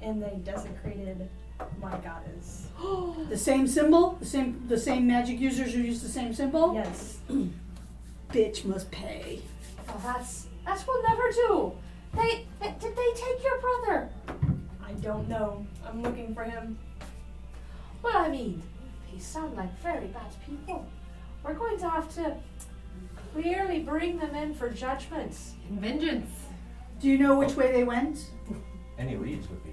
J: and they desecrated my goddess.
D: The same symbol, the same, the same magic users who use the same symbol.
J: Yes,
D: Bitch must pay.
B: Oh, that's that's will never do. They, they did they take your brother?
J: I don't know. I'm looking for him.
B: Well, I mean, these sound like very bad people. We're going to have to clearly bring them in for judgment.
H: Vengeance.
D: Do you know which way they went?
I: Any leads would be.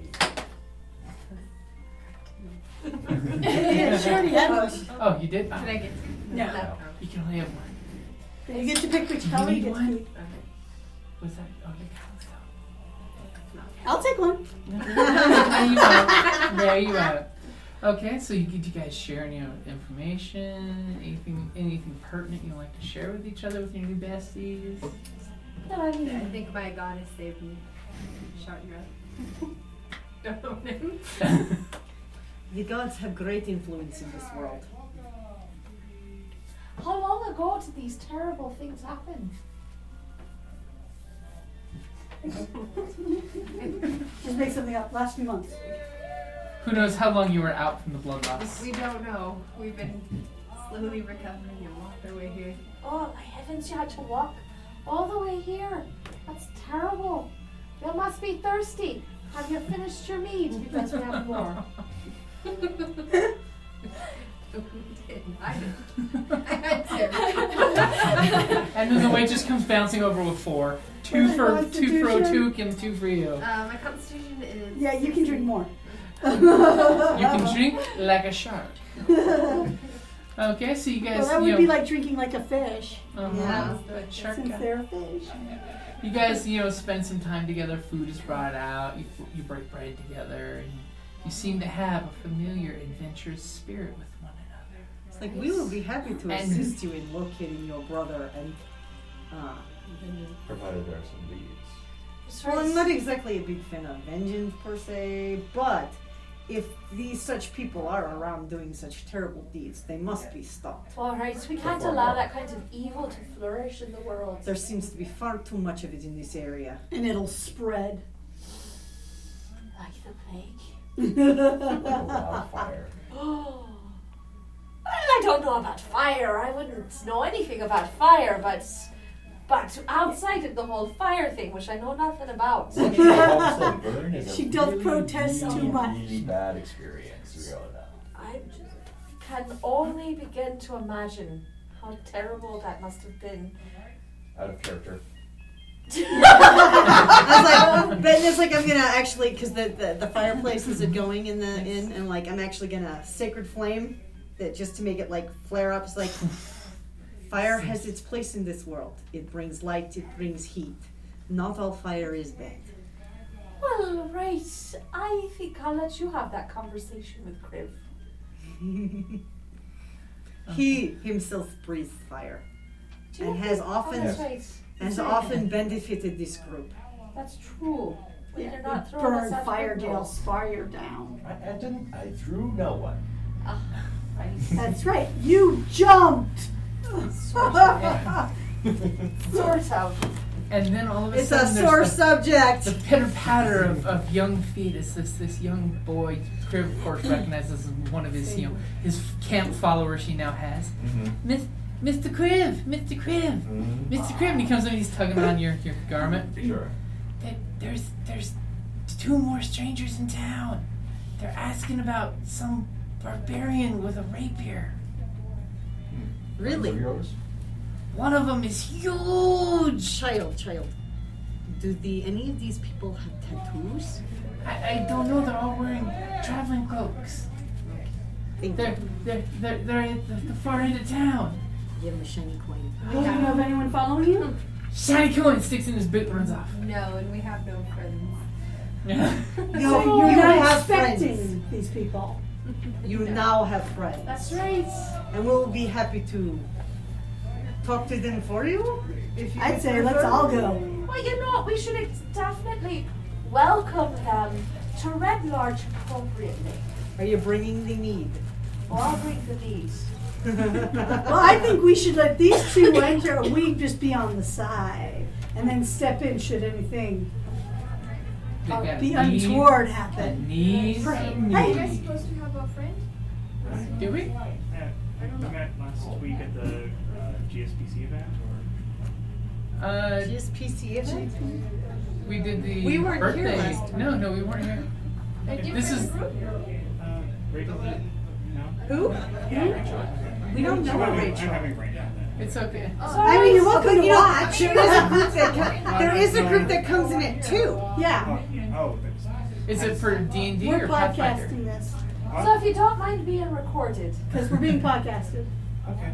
D: yeah, she already had those.
F: Oh, you did?
H: Did I get
D: No.
G: Oh,
F: You can only have one.
D: You get to pick which color you
F: need
D: get to
F: one?
D: keep.
F: Was that? Oh, you
D: I'll take one.
F: got it. There you have it. Okay, so you, did you guys share any uh, information? Anything anything pertinent you'd like to share with each other with your new besties?
B: Well, I
G: I
B: mean,
G: think my goddess saved me. Shot your up. Don't know.
E: The gods have great influence in this world.
B: how long ago did these terrible things happen?
D: Just make something up. Last few months.
F: Who knows how long you were out from the blood loss?
G: We don't know. We've been slowly recovering and walked our way here.
B: Oh, my heavens, you had to walk all the way here. That's terrible. You must be thirsty. Have you finished your mead? Because we have more.
G: I did. I had to.
F: And then the weight just comes bouncing over with four. Two
D: Wait,
F: for two
D: Constitution?
F: for Took and two for you.
G: Uh, my constitution is.
D: Yeah, you can drink more.
F: You can drink like a shark. Okay, so you guys, you
D: Well, that would
F: know,
D: be like drinking like a fish,
F: uh-huh,
E: Yeah.
F: the shark
D: since
F: guy.
D: they're a fish.
F: You guys, you know, spend some time together. Food is brought out. You, you break bread together, and you seem to have a familiar, adventurous spirit with one another.
E: It's like we will be happy
F: And-
E: to assist you in locating your brother and. Uh,
I: Provided there are some leads.
E: well, I'm not exactly a big fan of vengeance per se, but if these such people are around doing such terrible deeds, they must be stopped.
B: All right, we can't allow that kind of evil to flourish in the world.
E: There seems to be far too much of it in this area.
D: And it'll spread.
B: Like the plague.
I: Like a wildfire.
B: well, I don't know about fire. I wouldn't know anything about fire, but but outside of the whole fire thing, which I know nothing about.
I: Watching the homes that burn is a
D: She doth
I: really,
D: protest
I: really,
D: too much.
I: Really bad experience. We all know.
B: I can only begin to imagine how terrible that must have been.
I: Out of character.
E: I was like, Ben is like, I'm gonna actually, because the, the, the fireplace is going in the inn, and like, I'm actually gonna sacred flame that just to make it like flare up. It's like, fire has its place in this world. It brings light, it brings heat. Not all fire is bad.
B: Well, right. I think I'll let you have that conversation with Kriv.
E: He himself breathes fire
B: Do you
E: and
B: know
E: has
B: Kriv? Oh,
E: often
B: that's right.
E: has often benefited this group.
B: That's true. Well,
D: Yeah,
B: you're not throwing us
D: burn
B: out the
D: Firedale
B: window.
D: Spire down.
I: I, I didn't. I threw no one.
D: That's right, you jumped.
B: Source out.
F: And then all of a
E: It's a
F: sudden,
E: sore
F: there's
E: subject.
F: the, the pitter patter of, of young feet. It's this this young boy, Crib, of course, recognizes as one of his you know his camp followers he now has. Miss, Mr. Crib, Mr. Crib,
I: Mhm.
F: Mr. Crib, and he comes in and he's tugging on your, your garment.
I: Sure.
F: There- There's there's two more strangers in town. They're asking about some barbarian with a rapier.
I: Of
K: Really?
I: yours?
F: One of them is huge.
K: Child, child. Do the any of these people have tattoos?
F: I, I don't know. They're all wearing traveling cloaks.
K: Thank
F: They're they're they're, they're at the, the far end of town.
K: you. Give him a shiny coin.
D: Do you have anyone following you?
F: Shiny coin sticks in his boot and runs off.
G: No, and we have no friends.
E: No,
D: So Oh, you're
E: you
D: not
E: have
D: expecting
E: friends.
D: these people.
E: You now have friends.
B: That's right.
E: And we'll be happy to talk to them for you. If you
D: I'd say let's all go.
B: Well, you know what? We should ex- definitely welcome them to Red Lodge appropriately.
E: Are you bringing the need?
B: Or I'll bring the knees.
D: Well, I think we should let these two enter, and we just be on the side, and then step in should anything uh, be untoward happen.
F: Knees.
D: Right.
J: Hey, you're
F: Knees.
J: supposed to have a friend?
F: Do we?
L: Yeah, we met last week at the uh, GSPC event. Or
F: Uh,
E: GSPC event?
F: we did the
E: We weren't here
F: birthday.
E: last time.
F: No, no, we weren't here.
J: A different
F: This is-
J: group?
L: uh, Rachel? No.
E: Who?
L: Yeah, Rachel.
E: We don't know
L: I'm
E: about
L: having, I'm
E: Rachel.
L: having brain damage.
F: It's okay.
E: I mean, you're welcome to watch.
D: I mean,
E: There is a group that co- there is a group that comes in at two.
D: Yeah,
L: Oh, thanks.
F: Is it for D and D
D: we're
F: or Pathfinder?
D: podcasting this
B: So if you don't mind being recorded,
D: because we're being podcasted.
L: Okay.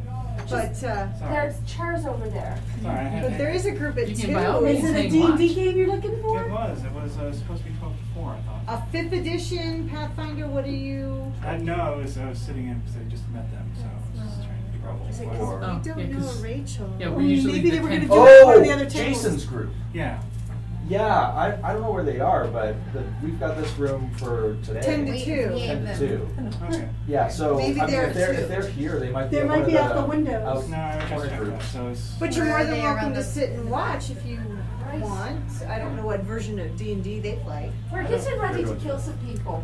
E: But uh,
L: Sorry.
B: there's chairs over there.
L: Sorry. I had
E: but there is a group at
F: You
E: two.
F: can buy all
E: It's
D: Is it a
F: Saying
D: D and D
F: watch.
D: game you're looking
L: It
D: for?
L: was. It was uh, supposed to be 12 to 4, I thought.
E: a fifth edition Pathfinder. What are you?
L: I know Uh, I was, I was sitting in because I just met them, so I was just trying to figure out what was going on.
F: Oh,
K: we don't
F: yeah,
K: know
F: 'cause-
K: Rachel.
F: Yeah,
D: Well,
F: we usually
D: maybe
F: the
D: they were
F: ten-
D: gonna do it at one of the
E: Oh,
D: other tables.
I: Jason's group.
L: Yeah.
I: Yeah, I, I don't know where they are, but the, we've got this room for today.
E: Ten to
H: We-
E: two.
H: we gave
I: 10 to
H: them.
I: 2.
L: Okay.
I: Yeah, so
E: Maybe
I: I mean,
E: they're
I: if, they're,
E: two.
I: if they're here, they might be
D: They
I: at
D: might
I: one of
D: be out the
I: the
D: windows.
I: out-
L: No, I just
I: corner
L: checked that,
I: groups.
L: so it's.
E: But you're
H: Where
E: more
H: are
E: than
H: they
E: welcome
H: around
E: to
H: the-
E: sit and watch if you
B: Right.
E: want. I don't know what version of D and D they play.
B: We're getting ready to kill some people.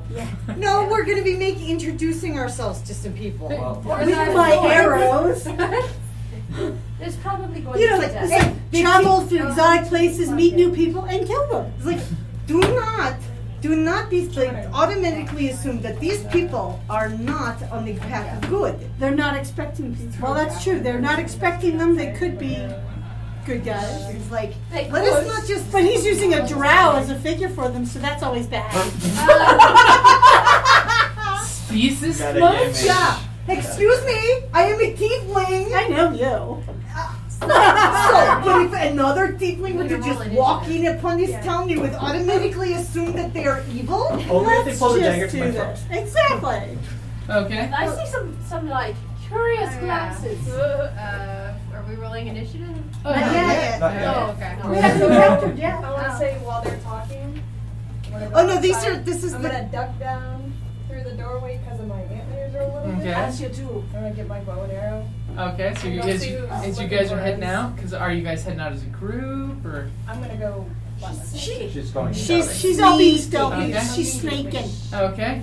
E: No, we're going to be making introducing ourselves to some people.
I: Well,
B: Or
D: With
B: that-
D: my arrows,
B: There's probably going
E: You know,
B: to be
E: like
B: death.
E: this-
D: they travel to exotic places, meet new people, and kill them.
E: It's like, do not, do not be like automatically assume that these people are not on the path of good.
D: They're not expecting people. Well, that's true. They're not expecting them. They could be good guys.
E: It's like,
B: They
E: let us
B: close-
E: not just.
D: But he's using a drow as a figure for them, so that's always bad.
F: Species
I: Gotta
F: much?
I: give me-
E: Yeah. Excuse me, I am a tiefling.
D: I know you.
E: so, but if another tiefling were
H: We
E: to
H: roll
E: just
H: initiative.
E: walk in upon this town, you would automatically assume that they are evil.
I: Only if they
D: Let's
I: pull the
D: just
I: dagger to
D: do
I: my
D: this.
I: throat.
D: Exactly.
F: Okay.
B: I see some, some like curious Oh.
H: Oh, yeah.
B: glances.
H: Uh, are we rolling initiative?
F: Oh,
E: Not yet.
I: Not yet.
H: Oh, okay.
B: No.
D: We haven't encountered
J: I
D: yet.
J: want to say while they're talking. when I go
E: Oh no, these
J: outside,
E: are. This is
J: I'm
E: the.
J: gonna duck down through the doorway because of my antlers are a little bit.
F: Okay.
B: As you do.
J: I'm gonna get my bow and arrow.
F: Okay. So you
J: I'll
F: guys,
J: see who's
F: as you
J: looking
F: guys are
J: for
F: heading
J: us.
F: out, because are you guys heading out as a group or?
J: I'm gonna go. left.
D: She,
I: She's going.
D: she's she's all being stealthy.
F: Okay.
D: She's snaking.
F: Okay.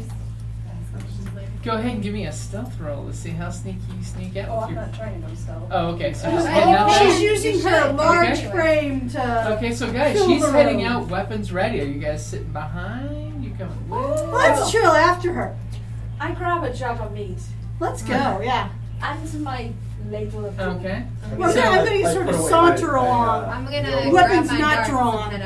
F: Go ahead and give me a stealth roll to see how sneaky you sneak
J: Oh,
F: out. With
J: I'm
F: your...
J: not trying to stealth.
F: Oh, okay. So just heading out.
D: Oh,
F: there?
D: she's using her large
F: Okay.
D: frame to.
F: Okay, so guys,
D: Kill
F: she's
D: the
F: heading
D: road.
F: out weapons ready. Are you guys sitting behind? You coming with?
E: Oh.
D: Let's chill after her.
B: I grab a jug of meat
D: Let's go. Yeah.
B: and my ladle of gold.
F: Okay.
D: Well,
F: So-
D: I'm gonna sort of saunter
I: uh,
D: along.
H: I'm gonna
I: Yeah.
H: grab
D: Weapons
H: my
D: not
H: darts and
D: drawn.
H: head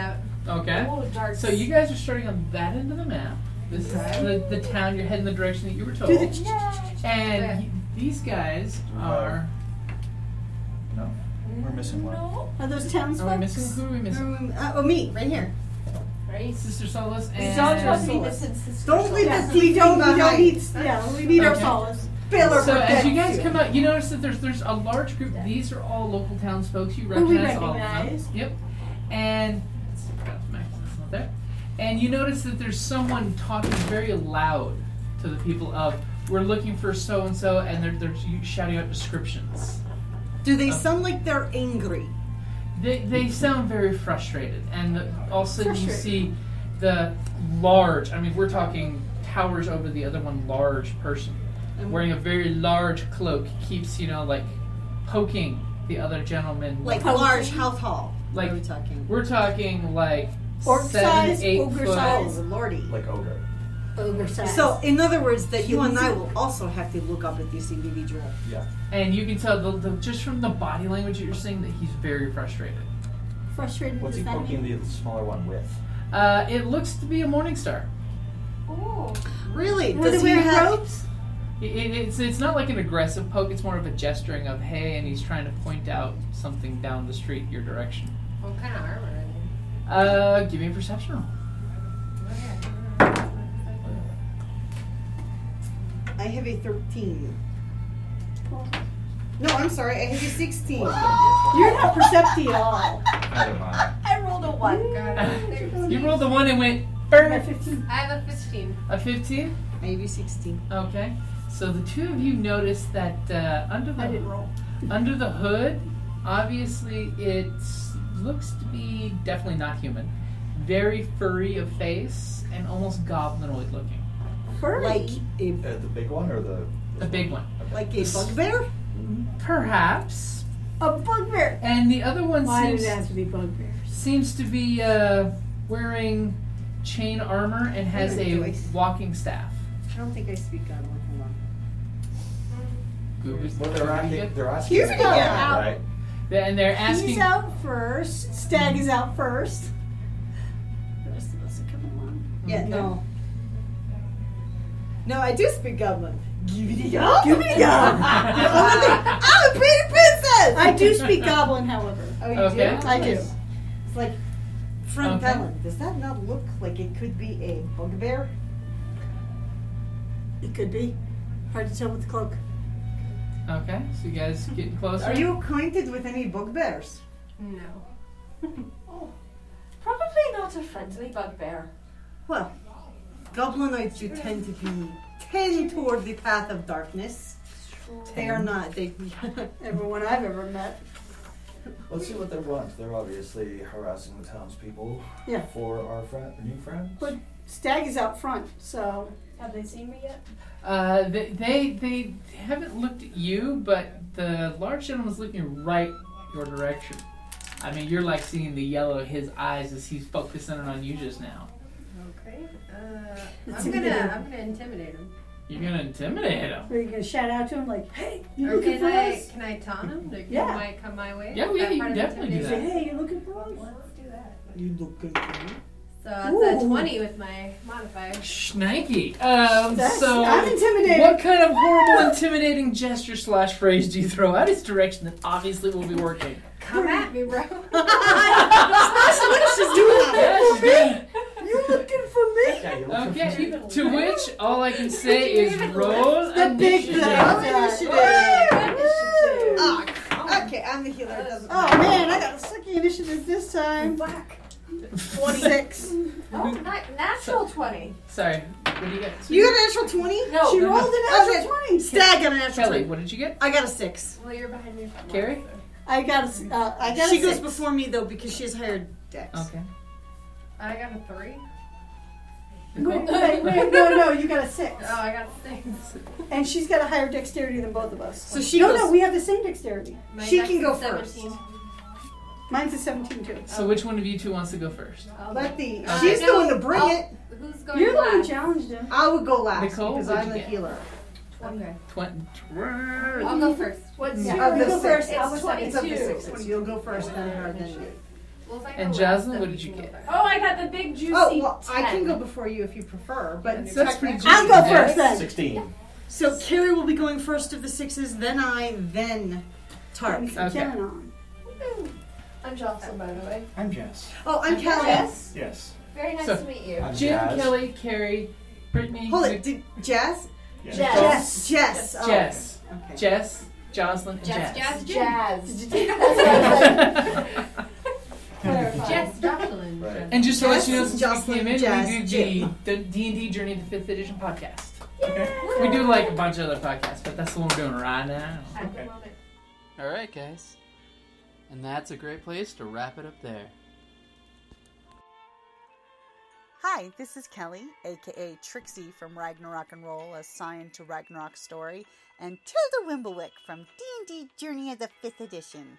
H: out.
F: Okay.
B: Oh, darts.
F: So you guys are starting on that end of the map. This is the, the town. You're heading the direction that you were told.
D: Do the
F: and
H: Okay.
F: y- these guys are.
I: We're missing one.
D: uh, are those towns
F: Are we missing? Who are we missing?
E: Um, uh, oh me, right here.
F: Sister Solas and.
B: Don't trust me, this is
E: Don't leave
D: Yeah,
E: this
D: we don't, we don't
E: behind.
D: need, yeah, we need our
F: Okay.
D: solace.
E: Baylor
F: So as
E: protects
F: you guys come out, you notice that there's there's a large group. These are all local townsfolk. You
D: Who we
F: recognize all of them.
D: recognize.
F: Yep. And it's- that's Max, that's not there. and you notice that there's someone talking very loud to the people of we're looking for so and so and they're they're shouting out descriptions.
E: Do they sound like they're angry?
F: They, they sound very frustrated, and all of a sudden you see the large, I mean, we're talking towers over the other one, large person
E: Um,
F: wearing a very large cloak, keeps, you know, like poking the other gentleman.
E: Like large house hall.
F: Like-
E: what are we talking?
F: We're talking like
E: Orc
F: seven,
E: size,
F: eight
E: ogre
F: foot.
E: size, Oh, lordy.
I: Like ogre.
E: Ogre size. So in other words, that you and I will also have to look up at this individual.
I: Yeah.
F: And you can tell the, the, just from the body language that you're seeing that he's very frustrated.
D: Frustrated
I: What's he
D: does that
I: poking
D: mean?
I: the smaller one with?
F: Uh, it looks to be a morning star.
B: Oh.
E: Really?
D: Were they
E: Does he
D: wearing
E: have-
D: robes?
F: It, it- it's, it's not like an aggressive poke, it's more of a gesturing of, hey, and he's trying to point out something down the street your direction.
H: What kind of armor are they?
F: Uh, give me a perception roll.
E: I have a thirteen. No, I'm sorry. I have a sixteen.
D: You're not perceptive at all.
I: Never mind.
B: I rolled a one.
H: Got it. There's-
F: You rolled the one and went,
D: My
F: burn!
D: 15.
H: I have a 15.
F: A 15?
E: Maybe sixteen.
F: Okay. So the two of you notice that uh, under the
D: I didn't roll.
F: under the hood, obviously it looks to be definitely not human. Very furry of face and almost goblinoid looking.
D: Furry.
E: Like a
I: Uh, the big one or the.
F: The big one,
E: like a bugbear.
F: perhaps.
D: a bugbear.
F: And the other one
D: Why did
F: seems
D: it have to be bugbears?
F: seems to be uh, wearing chain armor and has
E: Very
F: a
E: nice.
F: walking staff.
E: I don't think I speak that one. Hold on.
F: Goobie-
I: Well, they're asking.
F: Goobie-
I: They're asking.
D: Here's
I: the
D: another
I: question,
D: one.
I: Right?
F: And they're
D: He's
F: asking.
D: out first. Stag is out first. The rest of us are coming along.
E: Yeah.
F: Okay.
E: No. No, I do speak goblin.
D: Give it up. Give it up.
E: I'm, a, I'm a pretty princess.
D: I do speak goblin, however.
E: Oh, you
F: Okay.
E: do?
D: I do.
E: It's like Frank
F: Okay.
E: Bellin. Does that not look like it could be a bugbear?
D: It could be. Hard to tell with the cloak.
F: Okay, so you guys getting closer.
E: Are you acquainted with any bugbears?
H: No.
M: Probably not a friendly bugbear.
E: Well, goblinoids do tend to be tend toward the path of darkness. They are not. They.
D: Everyone I've ever met.
I: Let's see what they want. They're obviously harassing the townspeople
D: Yeah.
I: for our friend, new friends.
D: But Stag is out front, so
B: Have they seen me yet?
F: Uh, they, they they haven't looked at you, but the large gentleman's looking right your direction. I mean, you're like seeing the yellow of his eyes as he's focusing in on you just now.
H: Okay. Uh, I'm
D: Intimidate
H: gonna,
D: him.
H: I'm gonna intimidate him.
F: You're gonna intimidate him.
D: are you gonna shout out to him like, "Hey, you
H: Or
D: looking
H: can
D: for
H: I,
D: us?"
H: can I taunt him? Like,
D: Yeah.
H: He might come my way.
F: Yeah,
H: Is
F: we-
H: that
F: you
H: part of
F: can definitely do
D: Say,
H: intimidation?
D: "Hey, you looking for us?"
B: Let's do that.
E: You look good. to me.
H: So that's a
D: Ooh.
H: 20 with my modifier.
F: Schnikey. Um,
D: That's,
F: so
D: I'm intimidated.
F: what kind of horrible, intimidating gesture slash phrase do you throw out his direction that obviously will be working?
H: Come at me, bro.
E: She's doing that.
F: Yes, good.
D: You're looking for me?
I: yeah, you're looking for-
F: Okay. To which all I can say is roll
D: The big
F: initiative.
D: black
E: Woo!
B: Initiative.
E: Ah, okay, I'm the healer. It doesn't
D: Oh man, I got a sucky initiative this time.
B: Whack.
D: Six.
B: Oh, ni- natural 20.
F: Sorry. What do you get?
E: You got an natural twenty.
B: No.
D: She rolled an
E: Okay.
D: natural twenty.
E: Stag got a natural
F: Kelly,
E: twenty.
F: what did you get?
E: I got a six.
H: well, you're behind me.
F: Carrie?
D: I got a. s- Uh, I got
E: she
D: a
E: goes
D: six.
E: before me though because she has higher dex.
F: Okay.
H: I got a 3.
D: Wait, wait, wait, no, no, you got a six,
H: Oh, I got a 6.
D: and she's got a higher dexterity than both of us.
E: So she
D: no,
E: goes-
D: no, we have the same dexterity.
H: My
E: She
H: dex
E: can
H: is
E: go
H: 17.
E: first.
D: Mine's a seventeen too.
E: Oh.
F: So which one of you two wants to go first?
H: I'll
E: Let the
H: Uh,
E: she's the
H: no,
E: one to bring
H: I'll-
E: it.
H: Who's going
D: You're the one who
H: last?
D: challenged him.
E: I would go last
F: Nicole,
E: because
F: what'd
E: I'm
F: you
E: the
F: get?
E: healer.
H: Okay.
F: Twen-
H: I'll go first.
B: What's
D: Yeah.
B: your
E: Of the
D: You go
E: six.
D: first.
B: It's
E: I was like, it's of the
B: 22.
E: sixes. You'll go first, then her, then me.
H: Well, if I
F: And
H: go
F: Jasmine,
H: last,
F: what
H: then
F: did
H: you
F: you
H: can
F: get?
H: go first.
B: Oh, I got the big juicy.
E: Oh well, I
B: 10.
E: can go before you if you prefer, but
F: So that's pretty
E: technically-
F: juicy.
E: I'll go
F: Yeah.
E: first then.
I: Sixteen.
E: So Carrie will be going first of the sixes, then I, then Tark.
D: He's killing
F: Okay.
D: on.
B: I'm Jocelyn, by the way.
I: I'm Jess.
E: Oh, I'm Kelly.
B: Yes.
I: Yes.
B: Very nice
F: So-
B: to meet you.
I: I'm
F: Jim,
I: Jazz.
F: Kelly, Carrie, Brittany,
E: Hold
F: Vic-
E: it, did Jazz?
I: Yes.
E: Jess. Jess. Oh,
F: Jess,
E: Okay.
F: Jess, Jocelyn, and
H: Jess,
F: Jess.
H: Jazz, Jim.
B: Jazz.
D: Did you take
B: Clarify.
H: Jess, Jocelyn.
I: Right.
F: And just so
E: Jess-
F: let you know, since we
E: Jocelyn,
F: came in,
E: Jess,
F: we do
E: Jim.
F: the D and D Journey to Fifth Edition podcast. We do like a bunch of other podcasts, but that's the one we're doing right now.
B: Okay.
H: All right, guys. And that's a great place to wrap it up there.
D: Hi, this is Kelly, aka Trixie from Ragnarok and Roll, a sign to Ragnarok story, and Tilda Wimblewick from D&D Journey of the 5th Edition.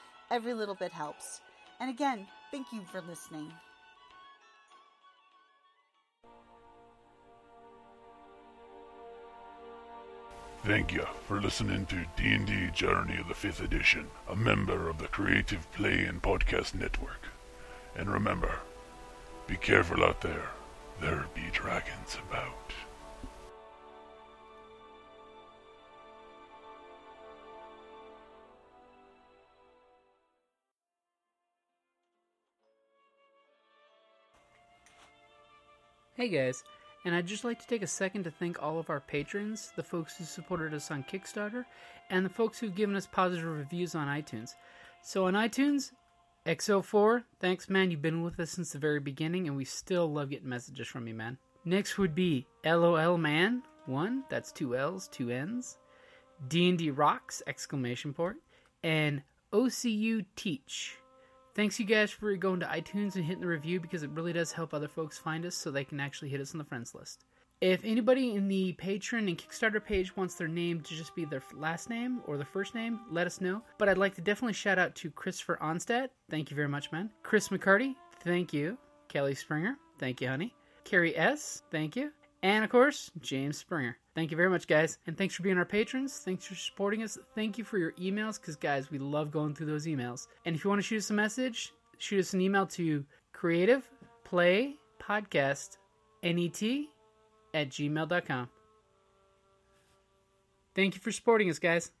D: Every little bit helps. And again, thank you for listening.
N: Thank you for listening to D&D Journey of the 5th Edition, a member of the Creative Play and Podcast Network. And remember, be careful out there. There be dragons about.
H: Hey guys, and I'd just like to take a second to thank all of our patrons, the folks who supported us on Kickstarter, and the folks who've given us positive reviews on iTunes. So on iTunes, XO4, thanks man, you've been with us since the very beginning, and we still love getting messages from you, man. Next would be LOL Man, one, that's two L's, two N's, D&D Rocks, exclamation point, and OCU Teach. Thanks you guys for going to iTunes and hitting the review because it really does help other folks find us so they can actually hit us on the friends list. If anybody in the Patreon and Kickstarter page wants their name to just be their last name or their first name, let us know. But I'd like to definitely shout out to Christopher Onstad. Thank you very much, man. Chris McCarty, thank you. Kelly Springer, thank you, honey. Carrie S, thank you. And of course, James Springer. Thank you very much, guys. And thanks for being our patrons. Thanks for supporting us. Thank you for your emails, because, guys, we love going through those emails. And if you want to shoot us a message, shoot us an email to creative play podcast E net at gmail.com. Thank you for supporting us, guys.